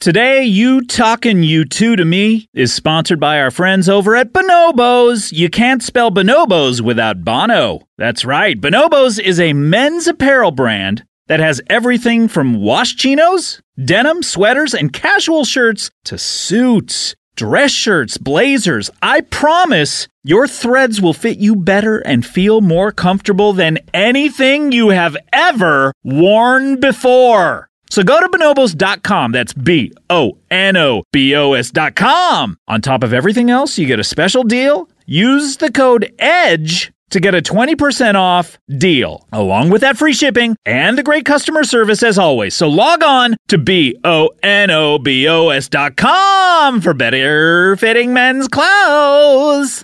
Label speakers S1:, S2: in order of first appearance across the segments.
S1: Today, You Talkin' You Two to Me is sponsored by our friends over at Bonobos. You can't spell Bonobos without Bono. That's right, Bonobos is a men's apparel brand that has everything from wash chinos, denim, sweaters, and casual shirts to suits, dress shirts, blazers. I promise your threads will fit you better and feel more comfortable than anything you have ever worn before. So go to bonobos.com. That's B O N O B O S.com. On top of everything else, you get a special deal. Use the code EDGE to get a 20% off deal, along with that free shipping and the great customer service as always. So log on to B O N O B O S.com for better fitting men's clothes.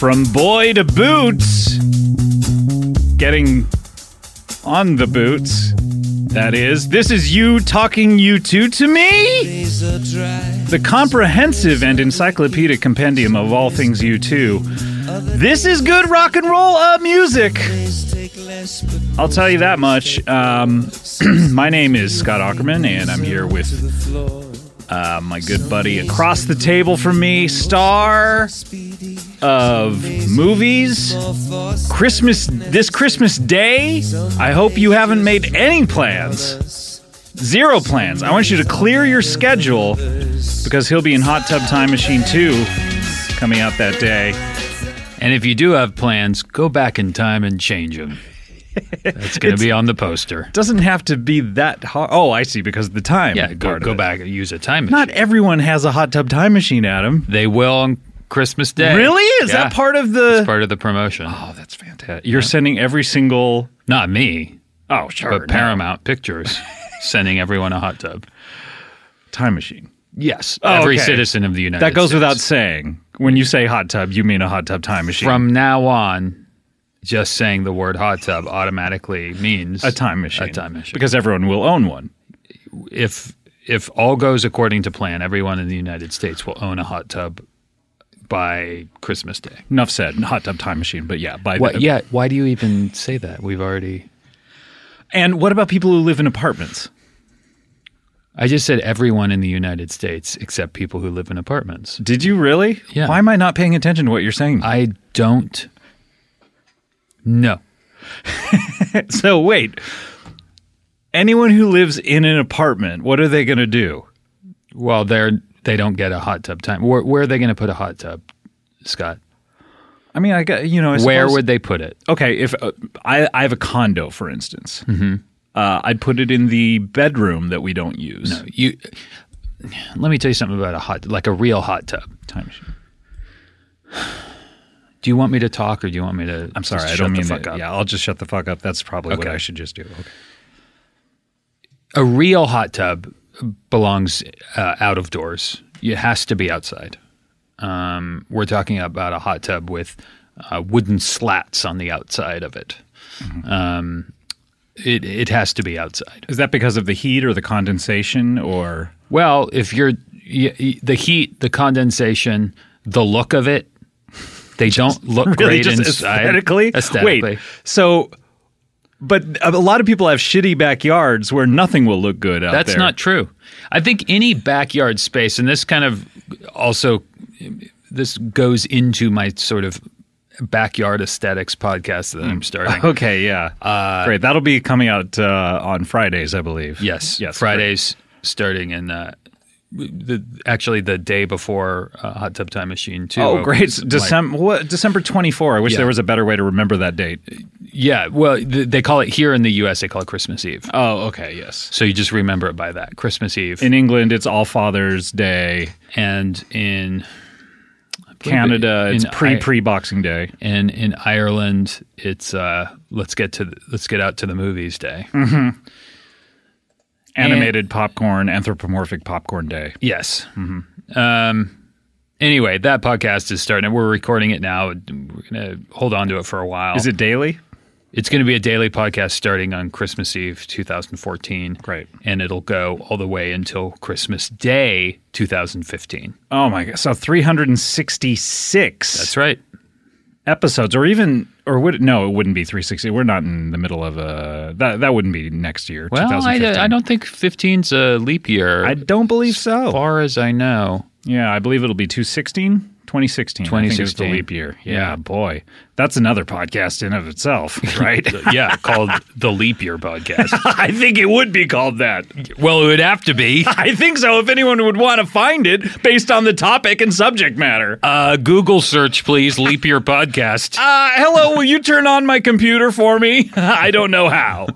S1: From boy to boots, getting on the boots. That is, this is you talking you two to me? The comprehensive and encyclopedic compendium of all things you two. This is good rock and roll uh, music. I'll tell you that much. Um, my name is Scott Ackerman, and I'm here with uh, my good buddy across the table from me, star of movies. Christmas this Christmas day, I hope you haven't made any plans. Zero plans. I want you to clear your schedule because he'll be in Hot Tub Time Machine 2 coming out that day.
S2: And if you do have plans, go back in time and change them. That's going to be on the poster.
S1: Doesn't have to be that hard. Oh, I see because of the time.
S2: Yeah, go,
S1: part of
S2: go
S1: it.
S2: back and use a time machine.
S1: Not everyone has a Hot Tub Time Machine, Adam.
S2: they will on Christmas Day.
S1: Really? Is
S2: Yeah.
S1: that part of the
S2: It's part of the promotion?
S1: Oh, that's fantastic. You're sending every single
S2: Not me,
S1: Oh, sure.
S2: but Paramount Pictures sending everyone a hot tub.
S1: Time Machine.
S2: Yes,
S1: Oh,
S2: every
S1: okay.
S2: citizen of the United
S1: That goes
S2: States.
S1: without saying. When you say hot tub, you mean a hot tub time machine.
S2: From now on, just saying the word hot tub automatically means
S1: a time machine.
S2: A time machine.
S1: Because everyone will own one.
S2: if if all goes according to plan, everyone in the United States will own a hot tub by Christmas Day.
S1: Enough said. Hot tub time machine. But yeah, by
S2: What? Yeah. Why do you even say that? We've already.
S1: And what about people who live in apartments?
S2: I just said everyone in the United States except people who live in apartments.
S1: Did you really?
S2: Yeah.
S1: Why am I not paying attention to what you're saying?
S2: I don't. No.
S1: so wait. Anyone who lives in an apartment, what are they going to do?
S2: Well, they're they don't get a hot tub time. Where, where are they going to put a hot tub, Scott?
S1: I mean, I got you know. I
S2: Where
S1: suppose-
S2: would they put it?
S1: okay if uh, I I have a condo, for instance. Mm-hmm. Uh, I'd put it in the bedroom that we don't use.
S2: You. Let me tell you something about a hot, like a real hot tub.
S1: Time machine.
S2: Do you want me to talk or do you want me to?
S1: I'm sorry,
S2: just
S1: I don't
S2: shut
S1: mean
S2: the fuck
S1: that.
S2: up?
S1: Yeah, I'll just shut the fuck up. That's probably what
S2: Okay.
S1: I should just do. Okay.
S2: a real hot tub belongs uh, out of doors. It has to be outside. Um, we're talking about a hot tub with uh, wooden slats on the outside of it.
S1: Mm-hmm.
S2: Um, it it has to be outside.
S1: Is that because of the heat or the condensation or
S2: Well, if you're y- y- the heat, the condensation, the look of it, they don't look great inside.
S1: aesthetically?
S2: Aesthetically,
S1: Wait, so, but a lot of people have shitty backyards where nothing will look good out
S2: That's
S1: there.
S2: not true. I think any backyard space, and this kind of also this goes into my sort of backyard aesthetics podcast that
S1: Mm.
S2: I'm starting.
S1: Okay, yeah,
S2: Uh,
S1: great. That'll be coming out uh, on Fridays, I believe.
S2: Yes,
S1: yes,
S2: Fridays starting in uh, the actually the day before uh, Hot Tub Time Machine too.
S1: Great. Oh, great!
S2: opens. Like,
S1: December what? December twenty four. I wish
S2: Yeah.
S1: there was a better way to remember that date.
S2: yeah, well, th- they call it here in the U.S. They call it Christmas Eve.
S1: Oh, okay, yes.
S2: So you just remember it by that Christmas Eve,
S1: In England, it's All Father's Day.
S2: and in
S1: Canada, it's
S2: in
S1: pre
S2: I-
S1: pre Boxing Day.
S2: and in Ireland, it's uh, let's get to the, let's get out to the movies day.
S1: Animated popcorn, anthropomorphic popcorn day.
S2: Yes. Mm-hmm. Um, anyway, that podcast is starting. We're recording it now. We're gonna hold on to it for a while.
S1: Is it daily?
S2: It's going to be a daily podcast starting on Christmas Eve 2014.
S1: Great.
S2: And it'll go all the way until Christmas Day 2015.
S1: Oh my god! So 366
S2: That's right.
S1: episodes, or even, or would it, no? It wouldn't be 360. We're not in the middle of a that. That wouldn't be next year.
S2: Well, I,
S1: 2015.
S2: I don't think 15's a leap year.
S1: I don't believe
S2: as
S1: so.
S2: far as I know.
S1: Yeah, I believe it'll be 216, 2016. I think it's the
S2: 2016.
S1: leap year. Yeah, boy, that's another podcast in of itself, right?
S2: Yeah, called the Leap Year Podcast.
S1: I think it would be called that.
S2: well, it would have to be.
S1: I think so. If anyone would want to find it based on the topic and subject matter.
S2: Uh, Google search, please, Leap Year Podcast.
S1: Uh, hello, will you turn on my computer for me? I don't know how.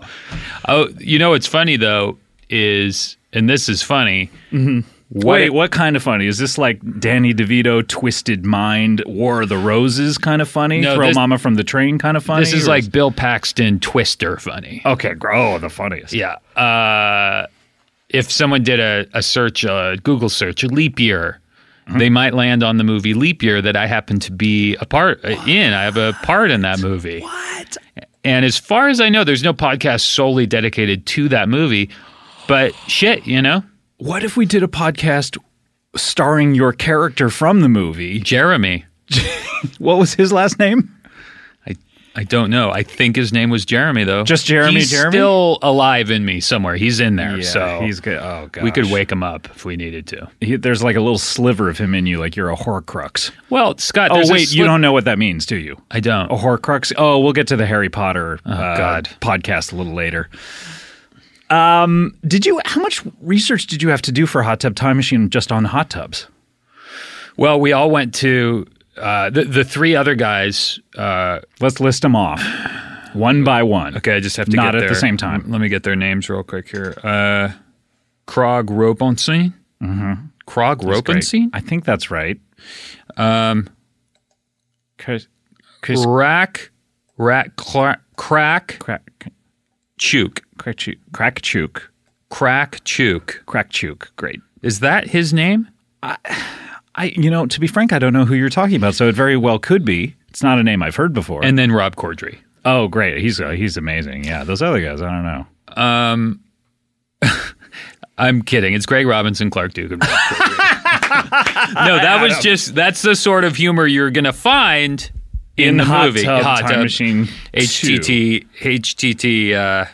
S2: Oh, you know what's funny, though, is, and this is funny.
S1: Wait, what kind of funny? Is this like Danny DeVito, Twisted Mind, War of the Roses kind of funny?
S2: No,
S1: Throw
S2: this-
S1: Mama from the Train kind of funny?
S2: This is
S1: or
S2: like Bill Paxton Twister funny.
S1: Okay, gr- oh, the funniest.
S2: Yeah. Uh, if someone did a, a search, a Google search, a leap year,
S1: Mm-hmm.
S2: they might land on the movie Leap Year that I happen to be a part uh, in. I have a part in that movie.
S1: What?
S2: And as far as I know, there's no podcast solely dedicated to that movie. But shit, you know,
S1: What if we did a podcast starring your character from the movie?
S2: Jeremy.
S1: What was his last name?
S2: I I don't know. I think his name was Jeremy though.
S1: Just Jeremy,
S2: He's
S1: Jeremy?
S2: still alive in me somewhere. He's in there. so
S1: he's good. Oh god,
S2: we could wake him up if we needed to.
S1: He, there's like a little sliver of him in you, like you're a Horcrux.
S2: Well, Scott.
S1: Oh
S2: there's a
S1: wait, you
S2: slip-
S1: don't know what that means, do you?
S2: I don't.
S1: a Horcrux. Oh, we'll get to the Harry Potter uh,
S2: Oh, God.
S1: podcast a little later. Um, did you? How much research did you have to do for Hot Tub Time Machine just on hot tubs?
S2: Well, we all went to uh, the the three other guys. Uh,
S1: Let's list them off one by one.
S2: okay, I just have to
S1: Not
S2: get
S1: at the
S2: their-
S1: same time.
S2: Let me get their names real quick here. Uh, Krog Ropenstein. Mm-hmm. Krog Ropenstein.
S1: I think that's right. Um, Chris
S2: Rack, rack, cla- crack,
S1: Crack
S2: chook,
S1: Crackchuk Crackchuk
S2: crack, chook.
S1: Crackchuk. Great.
S2: Is that his name?
S1: I, you know, to be frank, I don't know who you're talking about, so it very well could be. It's not a name I've heard before.
S2: And then Rob Corddry.
S1: oh, great, he's uh, he's amazing. Yeah, those other guys, I don't know.
S2: I'm kidding. It's Greg Robinson, Clark Duke, and Rob Corddry. no, that was just that's the sort of humor you're gonna find in, the
S1: Hot
S2: movie.
S1: Tub
S2: Hot
S1: Time
S2: Tub.
S1: Machine two.
S2: HTT HTT uh,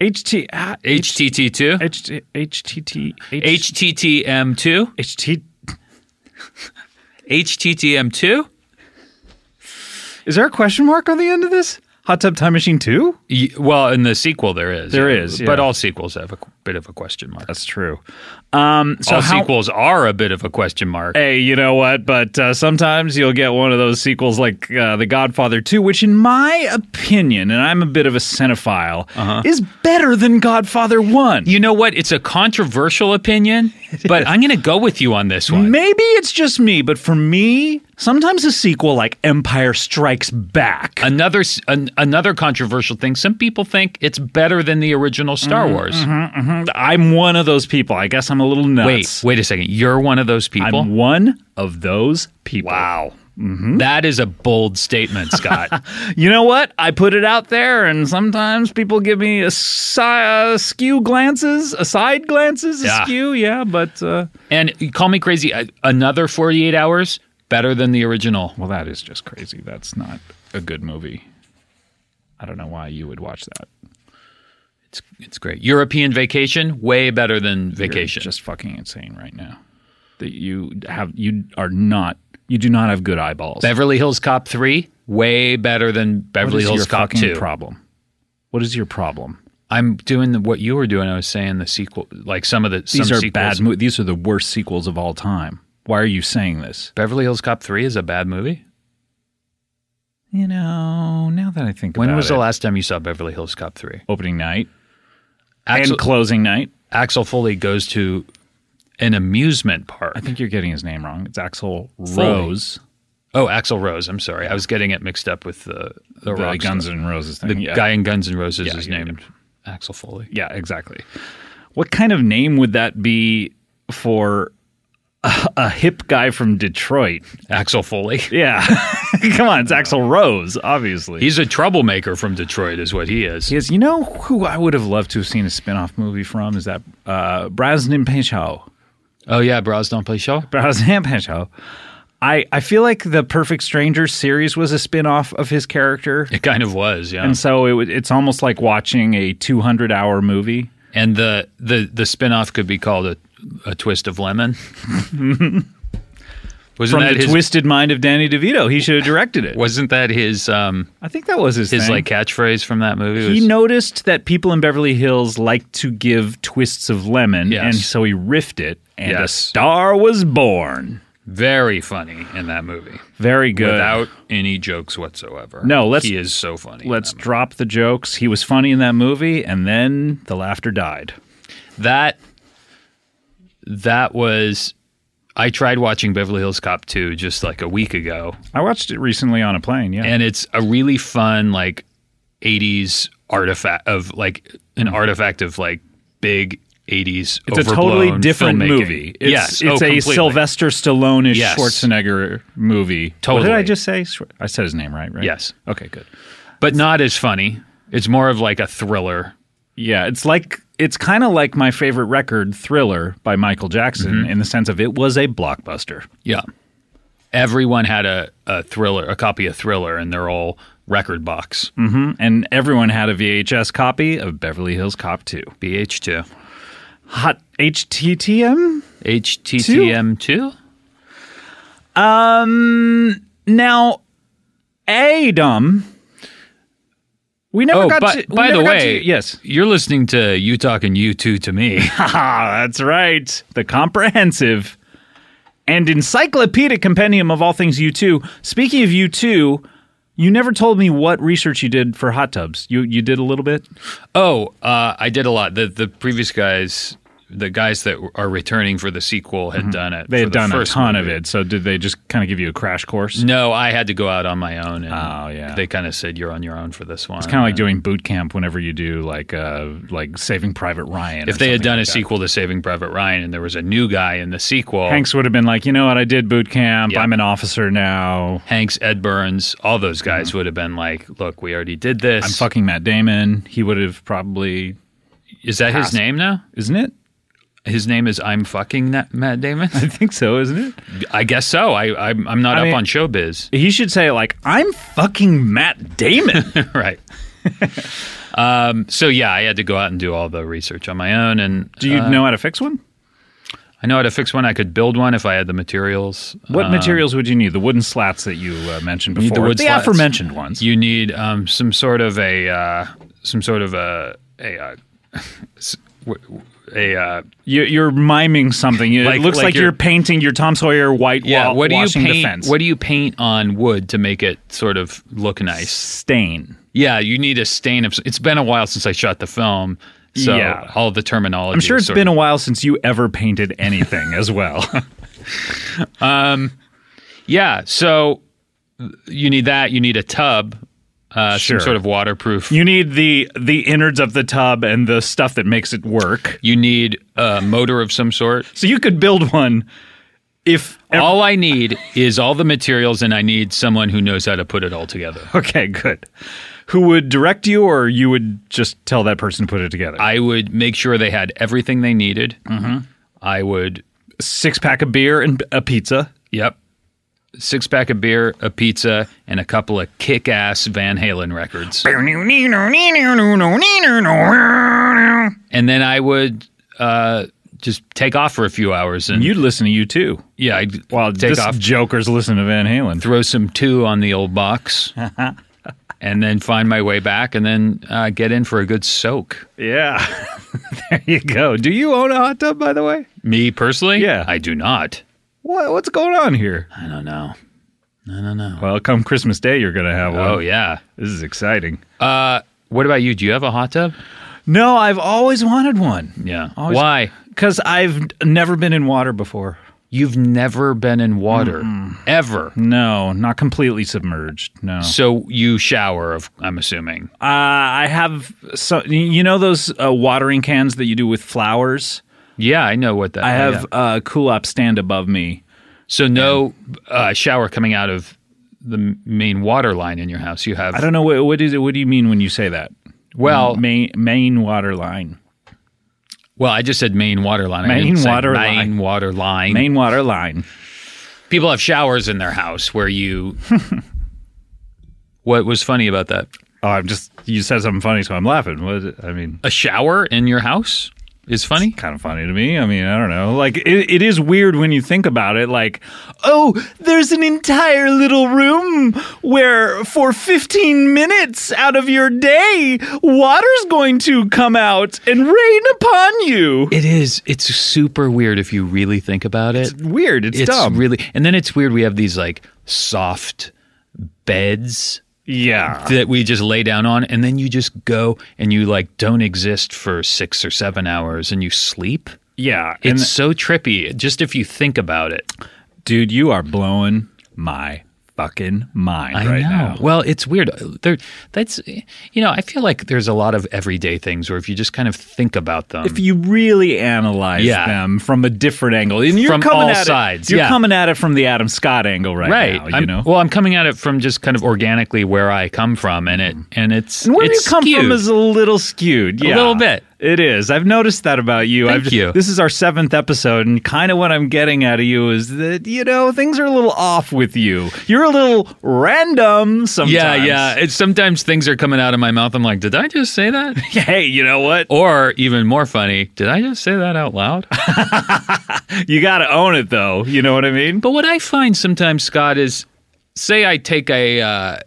S1: HT ah, H
S2: HTT two
S1: H HTT H
S2: HTTM two
S1: HT
S2: HTTM two.
S1: Is there a question mark on the end of this? Hot Tub Time Machine 2?
S2: Well, in the sequel there is
S1: There is,
S2: but
S1: yeah.
S2: all sequels have a qu- bit of a question mark.
S1: That's true. Um so
S2: all
S1: how, Eh.
S2: sequels are a bit of a question mark.
S1: Hey, you know what? But uh, sometimes you'll get one of those sequels like uh, The Godfather 2, which, in my opinion, and I'm a bit of a cinephile, is better than Godfather 1.
S2: Uh-huh. You know what? It's a controversial opinion, but I'm going to go with you on this one.
S1: Maybe it's just me, but for me, sometimes a sequel like Empire Strikes Back.
S2: Another s- an, another controversial thing. Some people think it's better than the original Star
S1: Mm-hmm.
S2: Wars.
S1: I'm one of those people. I guess I'm a little
S2: Wait,
S1: nuts.
S2: wait a second. You're one of those people.
S1: I'm mm-hmm. one of those people.
S2: wow. That is a bold statement, Scott.
S1: You know what? I put it out there, and sometimes people give me a si- uh, skew glances, a side glances,
S2: Yeah.
S1: a skew. Yeah, but uh,
S2: And you call me crazy. I- Another 48 hours, better than the original.
S1: well, that is just crazy. That's not a good movie. I don't know why you would watch that.
S2: It's, it's great. European Vacation, way better than
S1: You're
S2: Vacation.
S1: just fucking insane right now. That you have, you are not, you do not have good eyeballs.
S2: Beverly Hills Cop 3, way better than
S1: what is
S2: Beverly
S1: your
S2: Hills Cop
S1: fucking
S2: 2.
S1: problem? What is your problem?
S2: I'm doing the, what you were doing. I was saying the sequel, like some of the
S1: These
S2: some
S1: are
S2: sequels.
S1: bad. Mo- these are the worst sequels of all time. Why are you saying this?
S2: Beverly Hills Cop 3 is a bad movie.
S1: You know, now that I think
S2: When
S1: about
S2: was
S1: it,
S2: the last time you saw Beverly Hills Cop 3?
S1: opening night
S2: Axel,
S1: and closing night?
S2: Axel Foley goes to an amusement park.
S1: I think you're getting his name wrong. It's Axel
S2: Foley.
S1: Rose,
S2: Oh, Axel Rose. I'm sorry. I was getting it mixed up with the,
S1: the
S2: the, rock star.
S1: Guns N' Roses thing.
S2: The
S1: yeah.
S2: guy in Guns N' Roses is
S1: yeah, yeah.
S2: named Axel Foley.
S1: yeah, exactly. What kind of name would that be for a hip guy from Detroit.
S2: Axel Foley.
S1: Yeah. Come on, it's Axel Rose, obviously.
S2: He's a troublemaker from Detroit, is what he is.
S1: He is. You know who I would have loved to have seen a spin-off movie from is that uh, Brosnan Pinchot.
S2: Oh yeah, Brosnan Pleshaw.
S1: Brosnan Pinchot. I, I feel like the Perfect Stranger series was a spin-off of his character.
S2: It kind of was, yeah.
S1: And so it, would- it's almost like watching a 200-hour movie.
S2: And the the the spinoff could be called a a twist of lemon.
S1: From
S2: wasn't that
S1: the
S2: his?
S1: twisted mind of Danny DeVito. He should have directed it.
S2: wasn't that his um
S1: I think that was his
S2: his
S1: thing.
S2: like catchphrase from that movie?
S1: he
S2: was,
S1: noticed that people in Beverly Hills like to give twists of lemon,
S2: Yes.
S1: and so he riffed it, and a
S2: Yes.
S1: star was born.
S2: very funny in that movie
S1: Very good.
S2: without any jokes whatsoever.
S1: No, let's-
S2: He is so funny. in
S1: Let's
S2: that
S1: drop the jokes. He was funny in that movie, and then the laughter died.
S2: that that was I tried watching Beverly Hills Cop 2 just like a week ago
S1: I watched it recently on a plane. Yeah,
S2: and it's a really fun like 80s artifact of like an artifact of like big 80s
S1: Mm-hmm. it's a totally different movie. It's,
S2: yes,
S1: it's
S2: oh,
S1: a
S2: completely.
S1: Sylvester Stallone-ish
S2: Yes.
S1: Schwarzenegger movie. What did
S2: Totally.
S1: I just say? Schwar- I said his name right, right?
S2: Yes.
S1: Okay, good.
S2: but not as funny. It's more of like a thriller.
S1: Yeah, it's like it's kind of like my favorite record, Thriller, by Michael Jackson,
S2: Mm-hmm.
S1: in the sense of it was a blockbuster.
S2: Yeah. Everyone had a, a thriller, a copy of Thriller in their all record box.
S1: Mm, And everyone had a VHS copy of Beverly Hills Cop 2.
S2: BH2.
S1: Hot HTTM?
S2: HTTM2?
S1: Now, Adam, we never
S2: Oh,
S1: got
S2: but
S1: to. we
S2: by the
S1: never got
S2: way,
S1: to- yes.
S2: you're listening to you talking you two to me.
S1: Ah, that's right. The comprehensive and encyclopedic compendium of all things U2. Speaking of U2, you never told me what research you did for hot tubs. You you did a little bit?
S2: oh, uh, I did a lot. The the previous guys, the guys that are returning for the sequel, had done it.
S1: Mm-hmm. They
S2: for
S1: had
S2: the
S1: done a
S2: first
S1: ton
S2: movie. Mm-hmm.
S1: of it. So did they just kind of give you a crash course?
S2: No, I had to go out on my own. And
S1: Oh, yeah.
S2: They kind of said you're on your own for this one. It's
S1: Kind of like doing boot camp whenever you do like uh like Saving Private Ryan.
S2: if they had done a sequel to Saving Private Ryan, and there was a new guy in the sequel.
S1: Hanks would have been like, you know what, I did boot camp.
S2: Yeah.
S1: I'm an officer now.
S2: Hanks, Ed Burns, all those guys would have been like, "Look, we already did this."
S1: Mm-hmm. I'm fucking Matt Damon. He would have probably,
S2: is that his name now?
S1: isn't it?
S2: His name is I'm fucking Na- Matt Damon.
S1: I think so, isn't it?
S2: I guess so. I, I'm, I'm not
S1: I
S2: up
S1: mean-
S2: on showbiz.
S1: He should say like, "I'm fucking Matt Damon."
S2: right. um, so yeah, I had to go out and do all the research on my own, and
S1: Do you know how to fix one?
S2: I know how to fix one. I could build one if I had the materials.
S1: What
S2: Um,
S1: materials would you need? The wooden slats that you uh, mentioned
S2: need the
S1: before.
S2: wood slats.
S1: aforementioned ones.
S2: You need um, some sort of a uh, some sort of a a uh, s- w- w- a uh,
S1: You, you're miming something. It
S2: Like-
S1: looks like,
S2: like
S1: you're,
S2: you're-
S1: painting your Tom Sawyer white
S2: yeah.
S1: wall.
S2: what do you
S1: washing the
S2: paint?
S1: fence.
S2: What do you paint on wood to make it sort of look nice?
S1: stain?
S2: Yeah, you need a stain of. s- It's been a while since I shot the film, so
S1: Yeah.
S2: all the terminology.
S1: I'm sure
S2: is
S1: it's
S2: sort of-
S1: been a while since you ever painted anything as well.
S2: Yeah, so you need that. You need a tub, uh,
S1: Sure.
S2: some sort of waterproof.
S1: you need the the innards of the tub and the stuff that makes it work.
S2: You need a motor of some sort.
S1: So you could build one if
S2: All I need is all the materials, and I need someone who knows how to put it all together.
S1: Okay, good. Who would direct you, or you would just tell that person to put it together?
S2: I would make sure they had everything they needed. Mm-hmm. I would,
S1: Six pack of beer and a pizza.
S2: yep, six pack of beer, a pizza, and a couple of kick ass Van Halen records. And then I would uh, just take off for a few hours and,
S1: You'd listen to you too.
S2: yeah, I'd
S1: Well,
S2: take
S1: this
S2: off.
S1: Joker's listen to Van Halen.
S2: throw some two on the old box and then find my way back and then uh, get in for a good soak.
S1: Yeah, there you go. Do you own a hot tub, by the way?
S2: Me personally?
S1: Yeah.
S2: I do not.
S1: What, what's going on here?
S2: I don't know.
S1: Um,
S2: I don't know.
S1: Well, come Christmas Day, you're gonna have one.
S2: Oh, yeah.
S1: This is exciting.
S2: Uh, what about you? Do you have a hot tub?
S1: No, I've always wanted one
S2: Yeah.
S1: Always-
S2: Why?
S1: because I've never been in water before.
S2: You've never been in water ever.
S1: No, not completely submerged. No.
S2: So you shower, of, I'm assuming.
S1: Uh, I have so you know those uh, watering cans that you do with flowers.
S2: Yeah, I know what that.
S1: I
S2: yeah.
S1: have a Kulop stand above me.
S2: So no uh, shower coming out of the m- main water line in your house. You have
S1: I don't know what what is it. What do you mean when you say that?
S2: well,
S1: main main water line,
S2: well. I just said main water line. I
S1: Main
S2: didn't say
S1: water
S2: main
S1: line.
S2: water line.
S1: main water line.
S2: People have showers in their house where you. what was funny about that?
S1: Oh, I'm just you said something funny, so I'm laughing. What? is it? I mean,
S2: A shower in your house is funny.
S1: kind of funny to me. I mean, I don't know. Like it, it is weird when you think about it. Like, oh, there's an entire little room where for 15 minutes out of your day, water's going to come out and rain upon you.
S2: It is. It's super weird if you really think about it.
S1: It's weird. It's,
S2: It's
S1: dumb.
S2: really, and then it's weird. We have these like soft beds
S1: yeah.
S2: that we just lay down on, and then you just go and you like don't exist for six or seven hours, and you sleep.
S1: Yeah.
S2: It's
S1: And
S2: so trippy. Just if you think about it,
S1: dude, you are blowing my fucking mind
S2: I
S1: right
S2: know.
S1: now.
S2: Well, it's weird. Uh, There, that's you know, I feel like there's a lot of everyday things where if you just kind of think about them,
S1: if you really analyze
S2: Yeah.
S1: them from a different angle, and you're
S2: From
S1: coming
S2: all
S1: at
S2: sides,
S1: it, you're
S2: yeah.
S1: coming at it from the Adam Scott angle right,
S2: right?
S1: now.
S2: I'm-
S1: You know,
S2: Well, I'm coming at it from just kind of organically where I come from, and it and it's
S1: Mm-hmm. and where
S2: it's
S1: you come
S2: skewed.
S1: from is a little skewed, yeah,
S2: little bit.
S1: It is. I've noticed that about you.
S2: Thank
S1: I've,
S2: you.
S1: This is our seventh episode, and kind of what I'm getting out of you is that you know things are a little off with you. You're a little random sometimes.
S2: Yeah, yeah. It's sometimes things are coming out of my mouth. I'm like, did I just say that?
S1: Hey, you know what?
S2: or even more funny, did I just say that out loud?
S1: You got to own it, though. You know what I mean?
S2: but what I find sometimes, Scott, is say I take a, uh,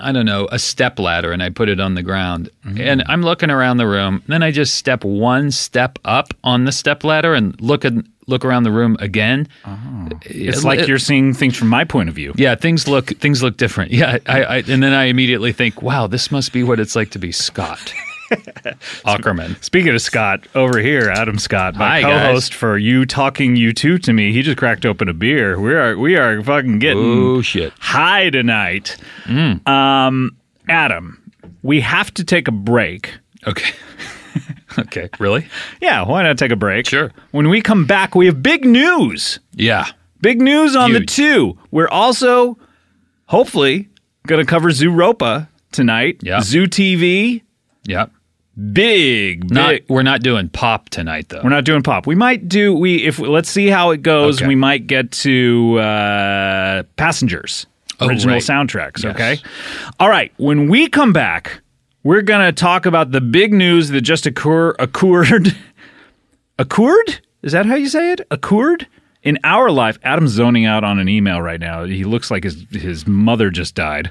S2: I don't know, a step ladder and I put it on the ground,
S1: Mm-hmm.
S2: and I'm looking around the room. Then I just step one step up on the step ladder and look at look around the room again.
S1: Oh. It's like you're seeing things from my point of view.
S2: Yeah, things look things look different. Yeah, I, I and then I immediately think, wow, this must be what it's like to be Scott Ackerman.
S1: Speaking of Scott, over here, Adam Scott, my
S2: Hi, guys.
S1: co-host for you talking you two to me, he just cracked open a beer. We are we are fucking getting
S2: Oh shit.
S1: high tonight. Um, Adam, we have to take a break.
S2: Okay. okay. Really?
S1: Yeah, why not take a break?
S2: Sure.
S1: When we come back, we have big news.
S2: Yeah.
S1: Big news on the
S2: Huge.
S1: two. We're also hopefully going to cover Zoo Ropa tonight.
S2: Yeah.
S1: Zoo TV.
S2: Yeah.
S1: Big, big.
S2: Not we're not doing pop tonight though.
S1: We're not doing pop. We might do we if let's see how it goes.
S2: Okay.
S1: We might get to uh, passengers
S2: Oh,
S1: original
S2: right.
S1: soundtracks.
S2: Yes.
S1: Okay, all right. When we come back, we're gonna talk about the big news that just occur occurred. occurred is that how you say it? Occurred in our life. Adam's zoning out on an email right now. He looks like his his mother just died.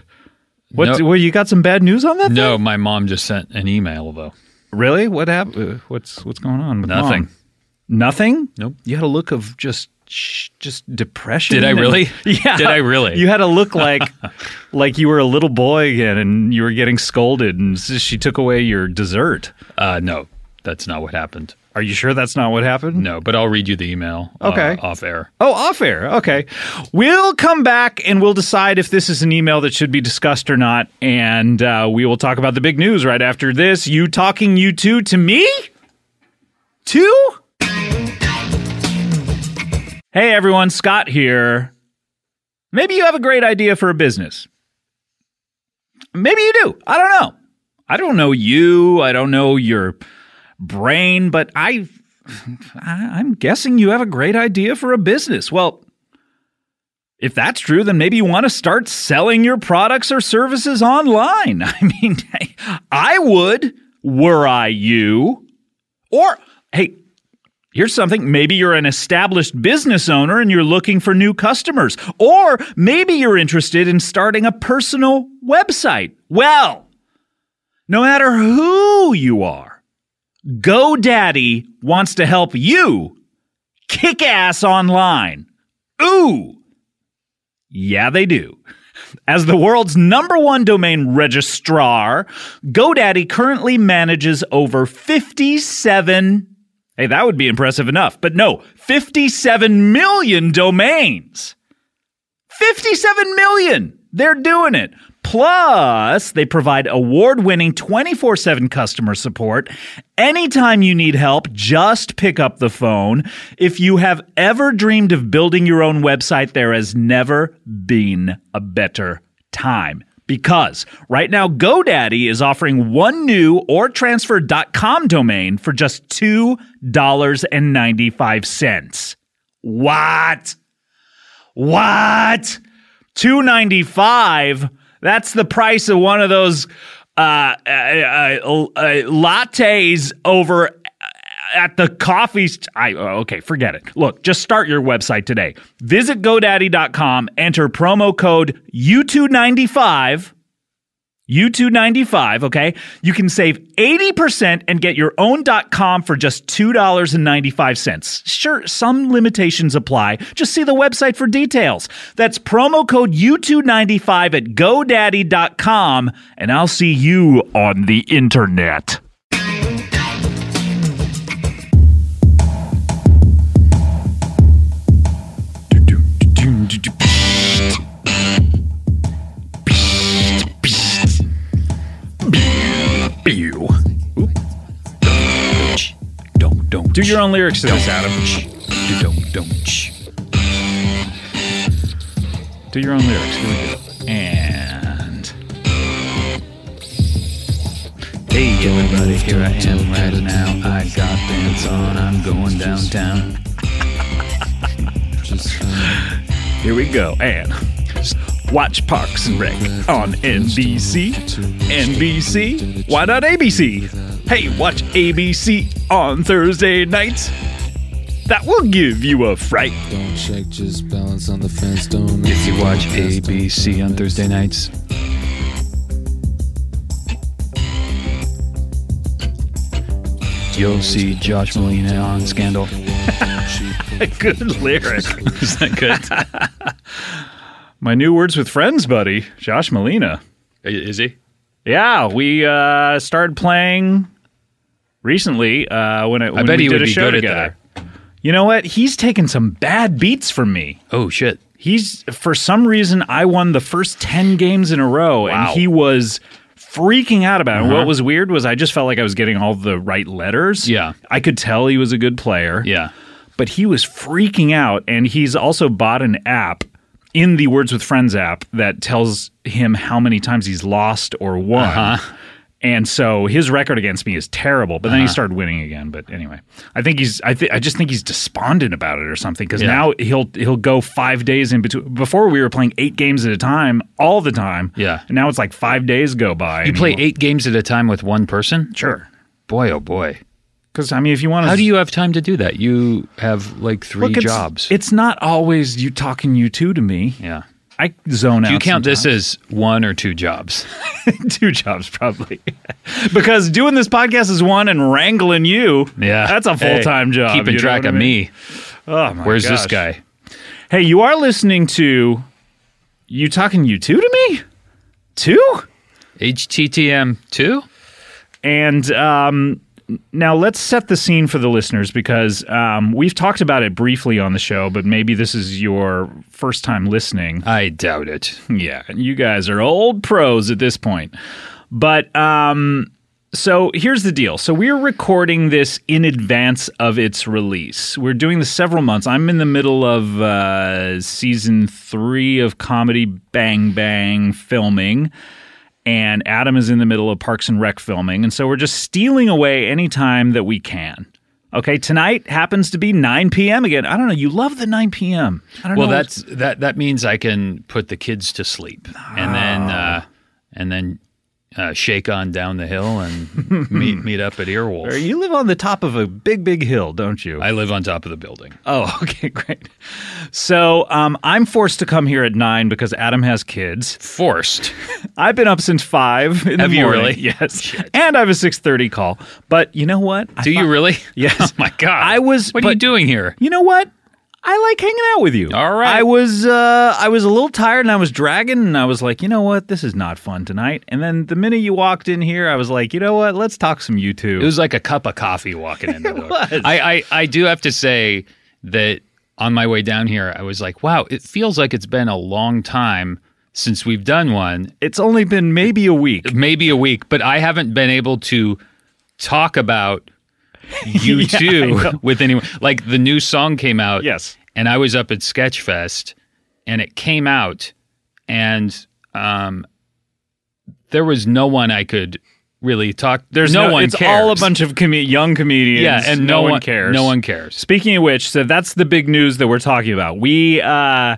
S1: What?
S2: No.
S1: Well, you got some bad news on that?
S2: no, my mom just sent an email though.
S1: Really? What happened? What's what's going on with
S2: Nothing.
S1: Mom? Nothing.
S2: Nope.
S1: You had a look of just sh- just depression.
S2: Did I
S1: and-
S2: really?
S1: Yeah.
S2: Did I really?
S1: You had a look like like you were a little boy again, and you were getting scolded, and s- she took away your dessert.
S2: Uh, no, that's not what happened.
S1: Are you sure that's not what happened?
S2: No, but I'll read you the email. uh,
S1: Okay.
S2: off air.
S1: Oh, off air. Okay. We'll come back and we'll decide if this is an email that should be discussed or not. And uh, we will talk about the big news right after this. You talking, you two, to me? Two? Hey, everyone. Scott here. Maybe you have a great idea for a business. Maybe you do. I don't know. I don't know you. I don't know your brain, but I I- I'm guessing you have a great idea for a business. Well, if that's true, then maybe you want to start selling your products or services online. I mean, I would were I you. Or, hey, here's something. Maybe you're an established business owner and you're looking for new customers. Or maybe you're interested in starting a personal website. Well, no matter who you are, GoDaddy wants to help you kick ass online. Ooh. Yeah, they do. As the world's number one domain registrar, GoDaddy currently manages over 57 Hey, that would be impressive enough, but no, 57 million domains. 57 million. They're doing it. Plus, they provide award winning 24 7 customer support. Anytime you need help, just pick up the phone. If you have ever dreamed of building your own website, there has never been a better time. Because right now, GoDaddy is offering one new or transfer.com domain for just $2.95. What? What? 295 that's the price of one of those uh, uh, uh, uh, lattes over at the coffee st- I, oh, okay forget it look just start your website today visit godaddy.com enter promo code u295 U295, okay? You can save 80% and get your own .com for just $2.95. Sure, some limitations apply. Just see the website for details. That's promo code U295 at godaddy.com and I'll see you on the internet. Pew.
S2: Don't don't
S1: Do your own lyrics to this, Adam.
S2: do don't don't.
S1: Do your own lyrics. Here we go. And
S2: Hey everybody, here I am right now. I got pants on. I'm going downtown.
S3: Just um,
S1: here we go. And watch Parks and Rec on NBC. NBC. Why not ABC? Hey, watch ABC on Thursday nights. That will give you a fright.
S3: don't check, just balance on the fence. Don't
S2: If you watch ABC on Thursday nights, you'll see Josh Molina on Scandal.
S1: Good lyric.
S2: Is that good?
S1: My new words with friends buddy, Josh Molina.
S2: Is he?
S1: Yeah, we uh, started playing recently uh, when, it, when
S2: bet
S1: we
S2: he
S1: did
S2: would
S1: a
S2: be
S1: show
S2: good at
S1: together. You know what? He's taken some bad beats from me.
S2: Oh shit!
S1: He's for some reason I won the first ten games in a row,
S2: Wow. Uh-huh.
S1: and he was freaking out about it. What was weird was I just felt like I was getting all the right letters.
S2: Yeah.
S1: I could tell he was a good player.
S2: Yeah.
S1: but he was freaking out, and he's also bought an app in the Words with Friends app that tells him how many times he's lost or won.
S2: Uh-huh.
S1: And so his record against me is terrible. But then he started winning again. But anyway, I think he's. I th- I just think he's despondent about it or something because
S2: Yeah.
S1: now he'll he'll go five days in between. Before we were playing eight games at a time all the time.
S2: Yeah.
S1: And now it's like five days go by.
S2: You play eight games at a time with one person?
S1: sure.
S2: Boy, oh boy!
S1: Because I mean, if you want to,
S2: How do you have time to do that? You have like three jobs.
S1: It's not always you talking you two to me.
S2: yeah.
S1: I zone out.
S2: You count this as one or two jobs.
S1: this two jobs probably, because doing this podcast is one, and wrangling you,
S2: Yeah,
S1: that's a
S2: Hey,
S1: full time job.
S2: Keeping
S1: you know
S2: track
S1: what I
S2: of
S1: mean?
S2: me.
S1: Oh my
S2: Where's this
S1: gosh.
S2: guy?
S1: Hey, you are listening to you talking you two to me two,
S2: HTTM two.
S1: and um, now let's set the scene for the listeners because um, we've talked about it briefly on the show, but maybe this is your first time listening.
S2: I doubt it.
S1: Yeah, and you guys are old pros at this point. But um so here's the deal. So we're recording this in advance of its release. We're doing this several months. I'm in the middle of uh season 3 of comedy Bang Bang filming and Adam is in the middle of Parks and Rec filming, and so we're just stealing away any time that we can. Okay, tonight happens to be 9 p.m. again. I don't know. You love the 9 p.m. I don't
S2: Well,
S1: know.
S2: that's that. That means I can put the kids to sleep, and then
S1: Oh.
S2: uh, and then uh, shake on down the hill and meet meet up at
S1: Or
S2: Earwolf.
S1: You live on the top of a big, big hill, don't you?
S2: I live on top of the building.
S1: oh, okay, great. So um, I'm forced to come here at nine because Adam has kids.
S2: Forced.
S1: I've been up since five. In
S2: Have
S1: the
S2: you
S1: morning.
S2: really?
S1: Yes. And I have a six thirty call. But you know what? I
S2: Do you
S1: thought-
S2: really?
S1: Yes.
S2: Oh my god.
S1: I was-
S2: What are you
S1: but-
S2: doing here?
S1: You know what? I like hanging out with you.
S2: All right.
S1: I was uh, I was a little tired and I was dragging and I was like, you know what? This is not fun tonight. And then the minute you walked in here, I was like, you know what? Let's talk some YouTube.
S2: It was like a cup of coffee walking in the door.
S1: was.
S2: I, I, I do have to say that on my way down here, I was like, wow, it feels like it's been a long time since we've done one,
S1: It's only been maybe a week.
S2: maybe a week, but I haven't been able to talk about you
S1: Yeah, I
S2: two
S1: know.
S2: with anyone. Like the new song came out.
S1: Yes.
S2: And I was up at Sketchfest and it came out and um there was no one I could really talk
S1: There's
S2: no,
S1: no,
S2: one
S1: It's
S2: cares.
S1: all a bunch of comed young comedians.
S2: yeah, and
S1: no,
S2: no,
S1: one, cares.
S2: No one cares.
S1: Speaking of which, so that's the big news that we're talking about. We uh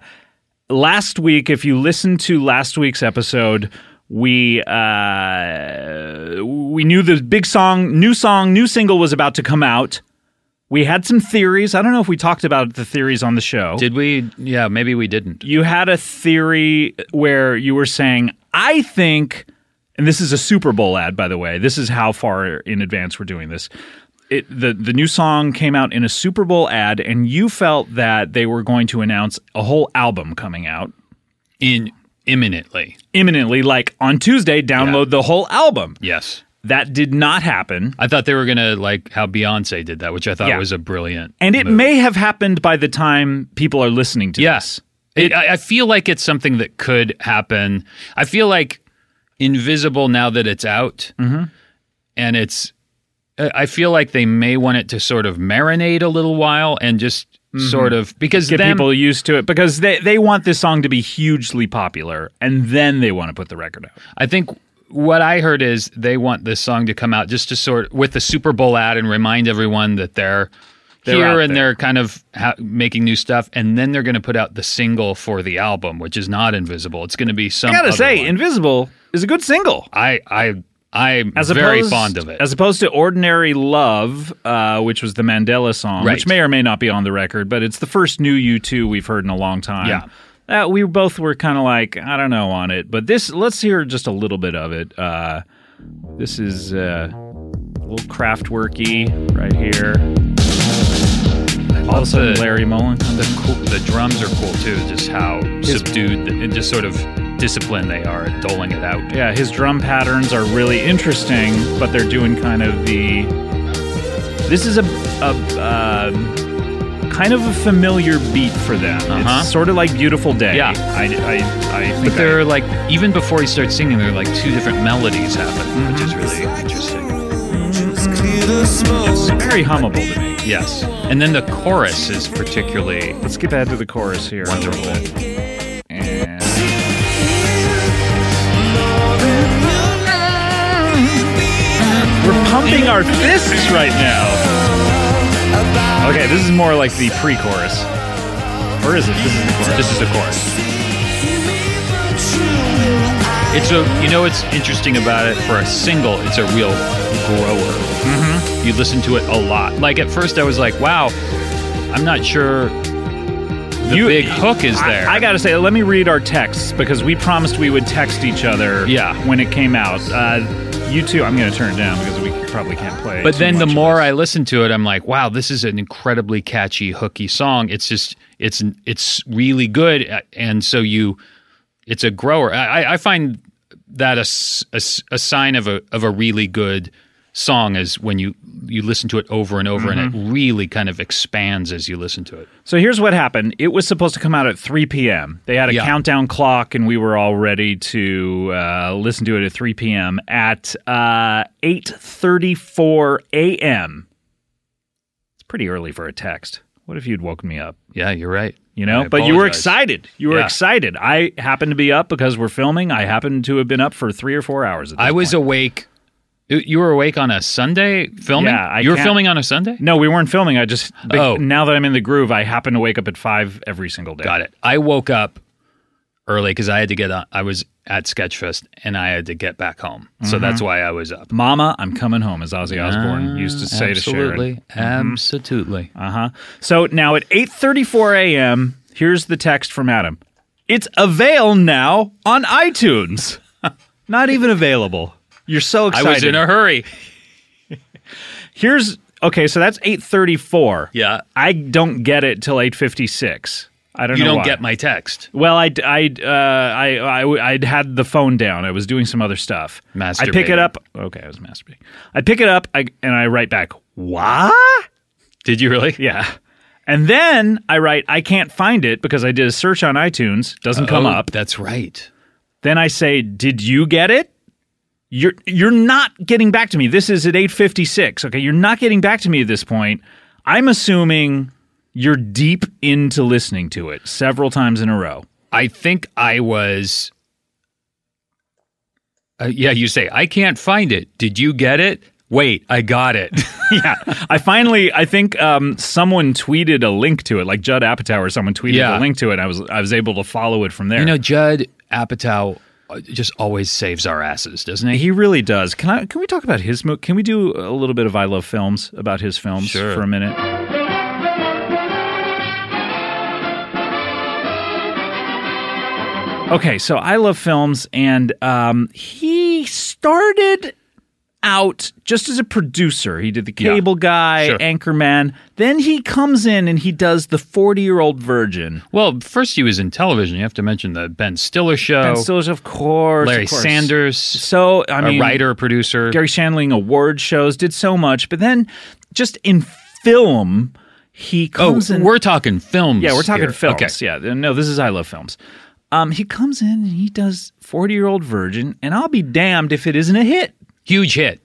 S1: last week, if you listened to last week's episode, we uh we knew the big song, new song, new single was about to come out. We had some theories. I don't know if we talked about the theories on the show.
S2: Did we yeah, maybe we didn't.
S1: you had a theory where you were saying, I think, and this is a Super Bowl ad, by the way. This is how far in advance we're doing this. It, the the new song came out in a Super Bowl ad, and you felt that they were going to announce a whole album coming out
S2: In imminently.
S1: imminently, like on Tuesday. Download the whole album.
S2: Yes.
S1: That did not happen,
S2: I thought they were gonna like how Beyonce did that, which I thought
S1: Yeah.
S2: was a brilliant
S1: and it
S2: move.
S1: may have happened by the time people are listening to
S2: Yes.
S1: this.
S2: It, I, I feel like it's something that could happen. I feel like Invisible, now that it's out,
S1: Mm-hmm.
S2: and it's, I I feel like they may want it to sort of marinate a little while and just sort of, because
S1: Mm-hmm. Get
S2: them,
S1: people used to it because they, they want this song to be hugely popular, and then they want to put the record out.
S2: I think what I heard is they want this song to come out just to sort with the Super Bowl ad and remind everyone that they're,
S1: They're out
S2: here and
S1: there.
S2: they're kind of ha- making new stuff, and then they're going to put out the single for the album, which is not Invisible. It's going to be some.
S1: I gotta
S2: other
S1: say,
S2: one.
S1: Invisible is a good single.
S2: I I I'm
S1: As
S2: very
S1: opposed-
S2: fond of it.
S1: As opposed to Ordinary Love, uh, which was the Mandela song, which
S2: Right.
S1: may or may not be on the record, but it's the first new U2 we've heard in a long time.
S2: Yeah.
S1: That we both were kind of like, I don't know on it, but this, let's hear just a little bit of it. Uh, this is uh, a little Kraftwerky right here. All of a sudden,
S2: the-
S1: Larry Mullen.
S2: the cool, the drums are cool too. Just how subdued and just sort of disciplined they are at doling it out.
S1: Yeah, his drum patterns are really interesting, but they're doing kind of the. This is a, a um kind of a familiar beat for them.
S2: Uh-huh.
S1: It's sort of like "Beautiful Day."
S2: Yeah.
S1: I, I, I think
S2: But there are like even before he starts singing, there are like two different melodies happening, which is
S1: Mm-hmm.
S2: really interesting.
S1: it's very hummable to me.
S2: Yes, and then the chorus is particularly
S1: Let's get ahead to the chorus here.
S2: wonderful.
S1: And we're pumping our fists right now. Okay, this is more like the pre-chorus, or is it? This is the chorus.
S2: This is the chorus. It's a you know what's interesting about it for a single, it's a real grower.
S1: Mm-hmm.
S2: You listen to it a lot. Like at first, I was like, wow, I'm not sure the
S1: You-
S2: big hook is
S1: I-
S2: there.
S1: I, gotta say, let me read our texts because we promised we would text each other.
S2: Yeah.
S1: When it came out, uh, you two, I'm gonna turn it down because we probably can't play.
S2: but
S1: too
S2: then the
S1: much.
S2: more I listen to it, I'm like, wow, this is an incredibly catchy, hooky song. It's just it's it's really good, uh, and so you, it's a grower. I, I- I find that a, s- a s- a sign of a of a really good song is when you you listen to it over and over, and
S1: Mm-hmm.
S2: it really kind of expands as you listen to it.
S1: so here's what happened. It was supposed to come out at 3 p.m. They had a
S2: Yeah.
S1: countdown clock, and we were all ready to uh, listen to it at 3 p.m. At uh, 8:34 a.m. It's pretty early for a text. What if you'd woken me up?
S2: Yeah, you're right.
S1: you know
S2: I
S1: but you were
S2: apologize.
S1: excited you were
S2: Yeah.
S1: excited i happened to be up because we're filming i happened to have been up for three or four hours at this
S2: I was
S1: point.
S2: awake. You you were awake on a Sunday filming.
S1: Yeah, I
S2: you were
S1: can't-
S2: filming on a Sunday.
S1: no we weren't filming i just be-
S2: Oh.
S1: now that i'm in the groove i happen to wake up at five every single day
S2: Got it. I woke up early because I had to get on. I was at Sketchfest and I had to get back home. So that's why I was up.
S1: mama i'm coming home as ozzy osbourne used to say
S2: absolutely,
S1: to sharon
S2: Mm-hmm. absolutely.
S1: uh-huh so now at 8.34 a.m here's the text from adam it's avail now on itunes not even available you're so
S2: I
S1: excited
S2: was in a hurry.
S1: here's okay so that's 834
S2: Yeah.
S1: i don't get it till 856 i don't
S2: You
S1: know
S2: don't
S1: why.
S2: get my text.
S1: well i i uh i i i'd had the phone down i was doing some other stuff i pick it
S2: Masturbating.
S1: up okay i was masturbating i pick it up I, and i write back what
S2: Did you really?
S1: yeah and then i write i can't find it because i did a search on itunes doesn't come
S2: Oh,
S1: up
S2: That's right.
S1: Then I say, "Did you get it?" You're you're not getting back to me. This is at 8:56. Okay, you're not getting back to me at this point. I'm assuming you're deep into listening to it several times in a row.
S2: I think I was. Uh, yeah, you say, I can't find it. Did you get it? Wait, I got it.
S1: yeah, I finally, I think um, someone tweeted a link to it, like Judd Apatow or someone tweeted
S2: Yeah.
S1: a link to it. And I was I was able to follow it from there.
S2: you know, Judd Apatow uh, just always saves our asses, doesn't he?
S1: he really does. Can I? Can we talk about his movie? Can we do a little bit of I love films about his films
S2: Sure.
S1: for a minute? Okay, so I love films, and um, he started out just as a producer. He did the
S2: Yeah.
S1: Cable Guy,
S2: Sure.
S1: Anchorman. Then he comes in and he does the forty-year-old virgin.
S2: Well, first he was in television. You have to mention the Ben Stiller show,
S1: Ben Stiller's, of course,
S2: Oh. Larry
S1: of course.
S2: Sanders,
S1: So I mean,
S2: a writer, producer.
S1: Gary Shandling award shows, did so much, but then just in film, he
S2: oh,
S1: comes in.
S2: we're talking films.
S1: yeah, we're talking
S2: here.
S1: films.
S2: Okay.
S1: Yeah, no, this is I love films. Um, he comes in and he does Forty Year Old Virgin, and I'll be damned if it isn't a hit.
S2: Huge hit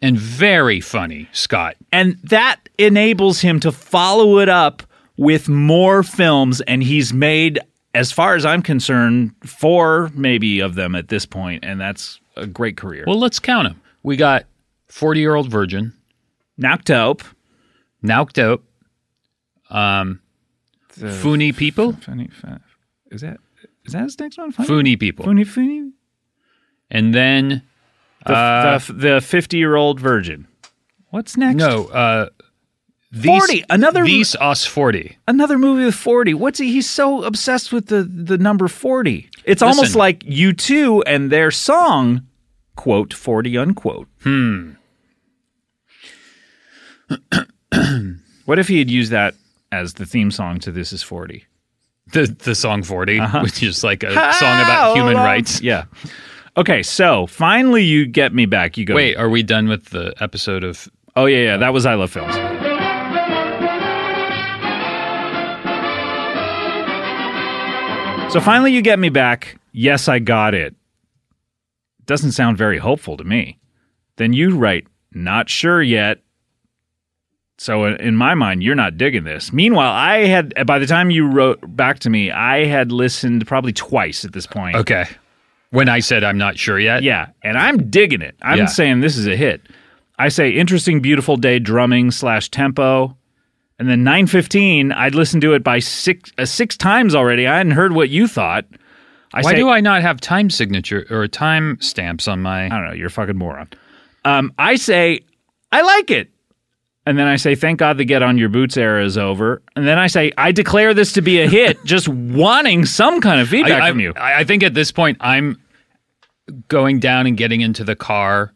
S2: and very funny, Scott.
S1: And that enables him to follow it up with more films, and he's made, as far as I'm concerned, four maybe of them at this point, and that's a great career.
S2: Well, let's count them. We got 40 year old virgin,
S1: Noctope,
S2: Nauk Dope, um, Funi people,
S1: Funny, funny. Is that is that his next one? Funny?
S2: Funi people,
S1: Funny, funny.
S2: and then
S1: The
S2: Uh,
S1: the- the fifty year old virgin. What's next?
S2: no, uh, these,
S1: 40, another-
S2: these us 40.
S1: another movie with forty. What's he? He's so obsessed with the the number forty. It's
S2: Listen.
S1: almost like you two and their song, quote forty unquote. Hmm. what if he had used that as the theme song to This Is Forty?
S2: The, the song 40,
S1: Uh-huh.
S2: which is like a song about human rights.
S1: Yeah. Okay, so finally you get me back. You go.
S2: Wait, are we done with the episode of
S1: Oh yeah, yeah. That was I Love Films. So finally, you get me back. Yes, I got it. Doesn't sound very hopeful to me. Then you write, not sure yet. So in- in my mind, you're not digging this. Meanwhile, I had by the time you wrote back to me, I had listened probably twice at this point.
S2: Okay. When I said I'm not sure yet.
S1: Yeah, and I'm digging it. I'm
S2: Yeah.
S1: saying this is a hit. I say interesting, beautiful day drumming slash tempo, and then 9:15. I'd listened to it by six uh, six times already. I hadn't heard what you thought. I
S2: Why
S1: say,
S2: do I not have time signature or time stamps on my
S1: I don't know. You're a fucking moron. Um, I say I like it, and then I say thank God the get on your boots era is over, and then I say I declare this to be a hit. just wanting some kind of feedback
S2: I,
S1: from you.
S2: I, I think at this point I'm going down and getting into the car.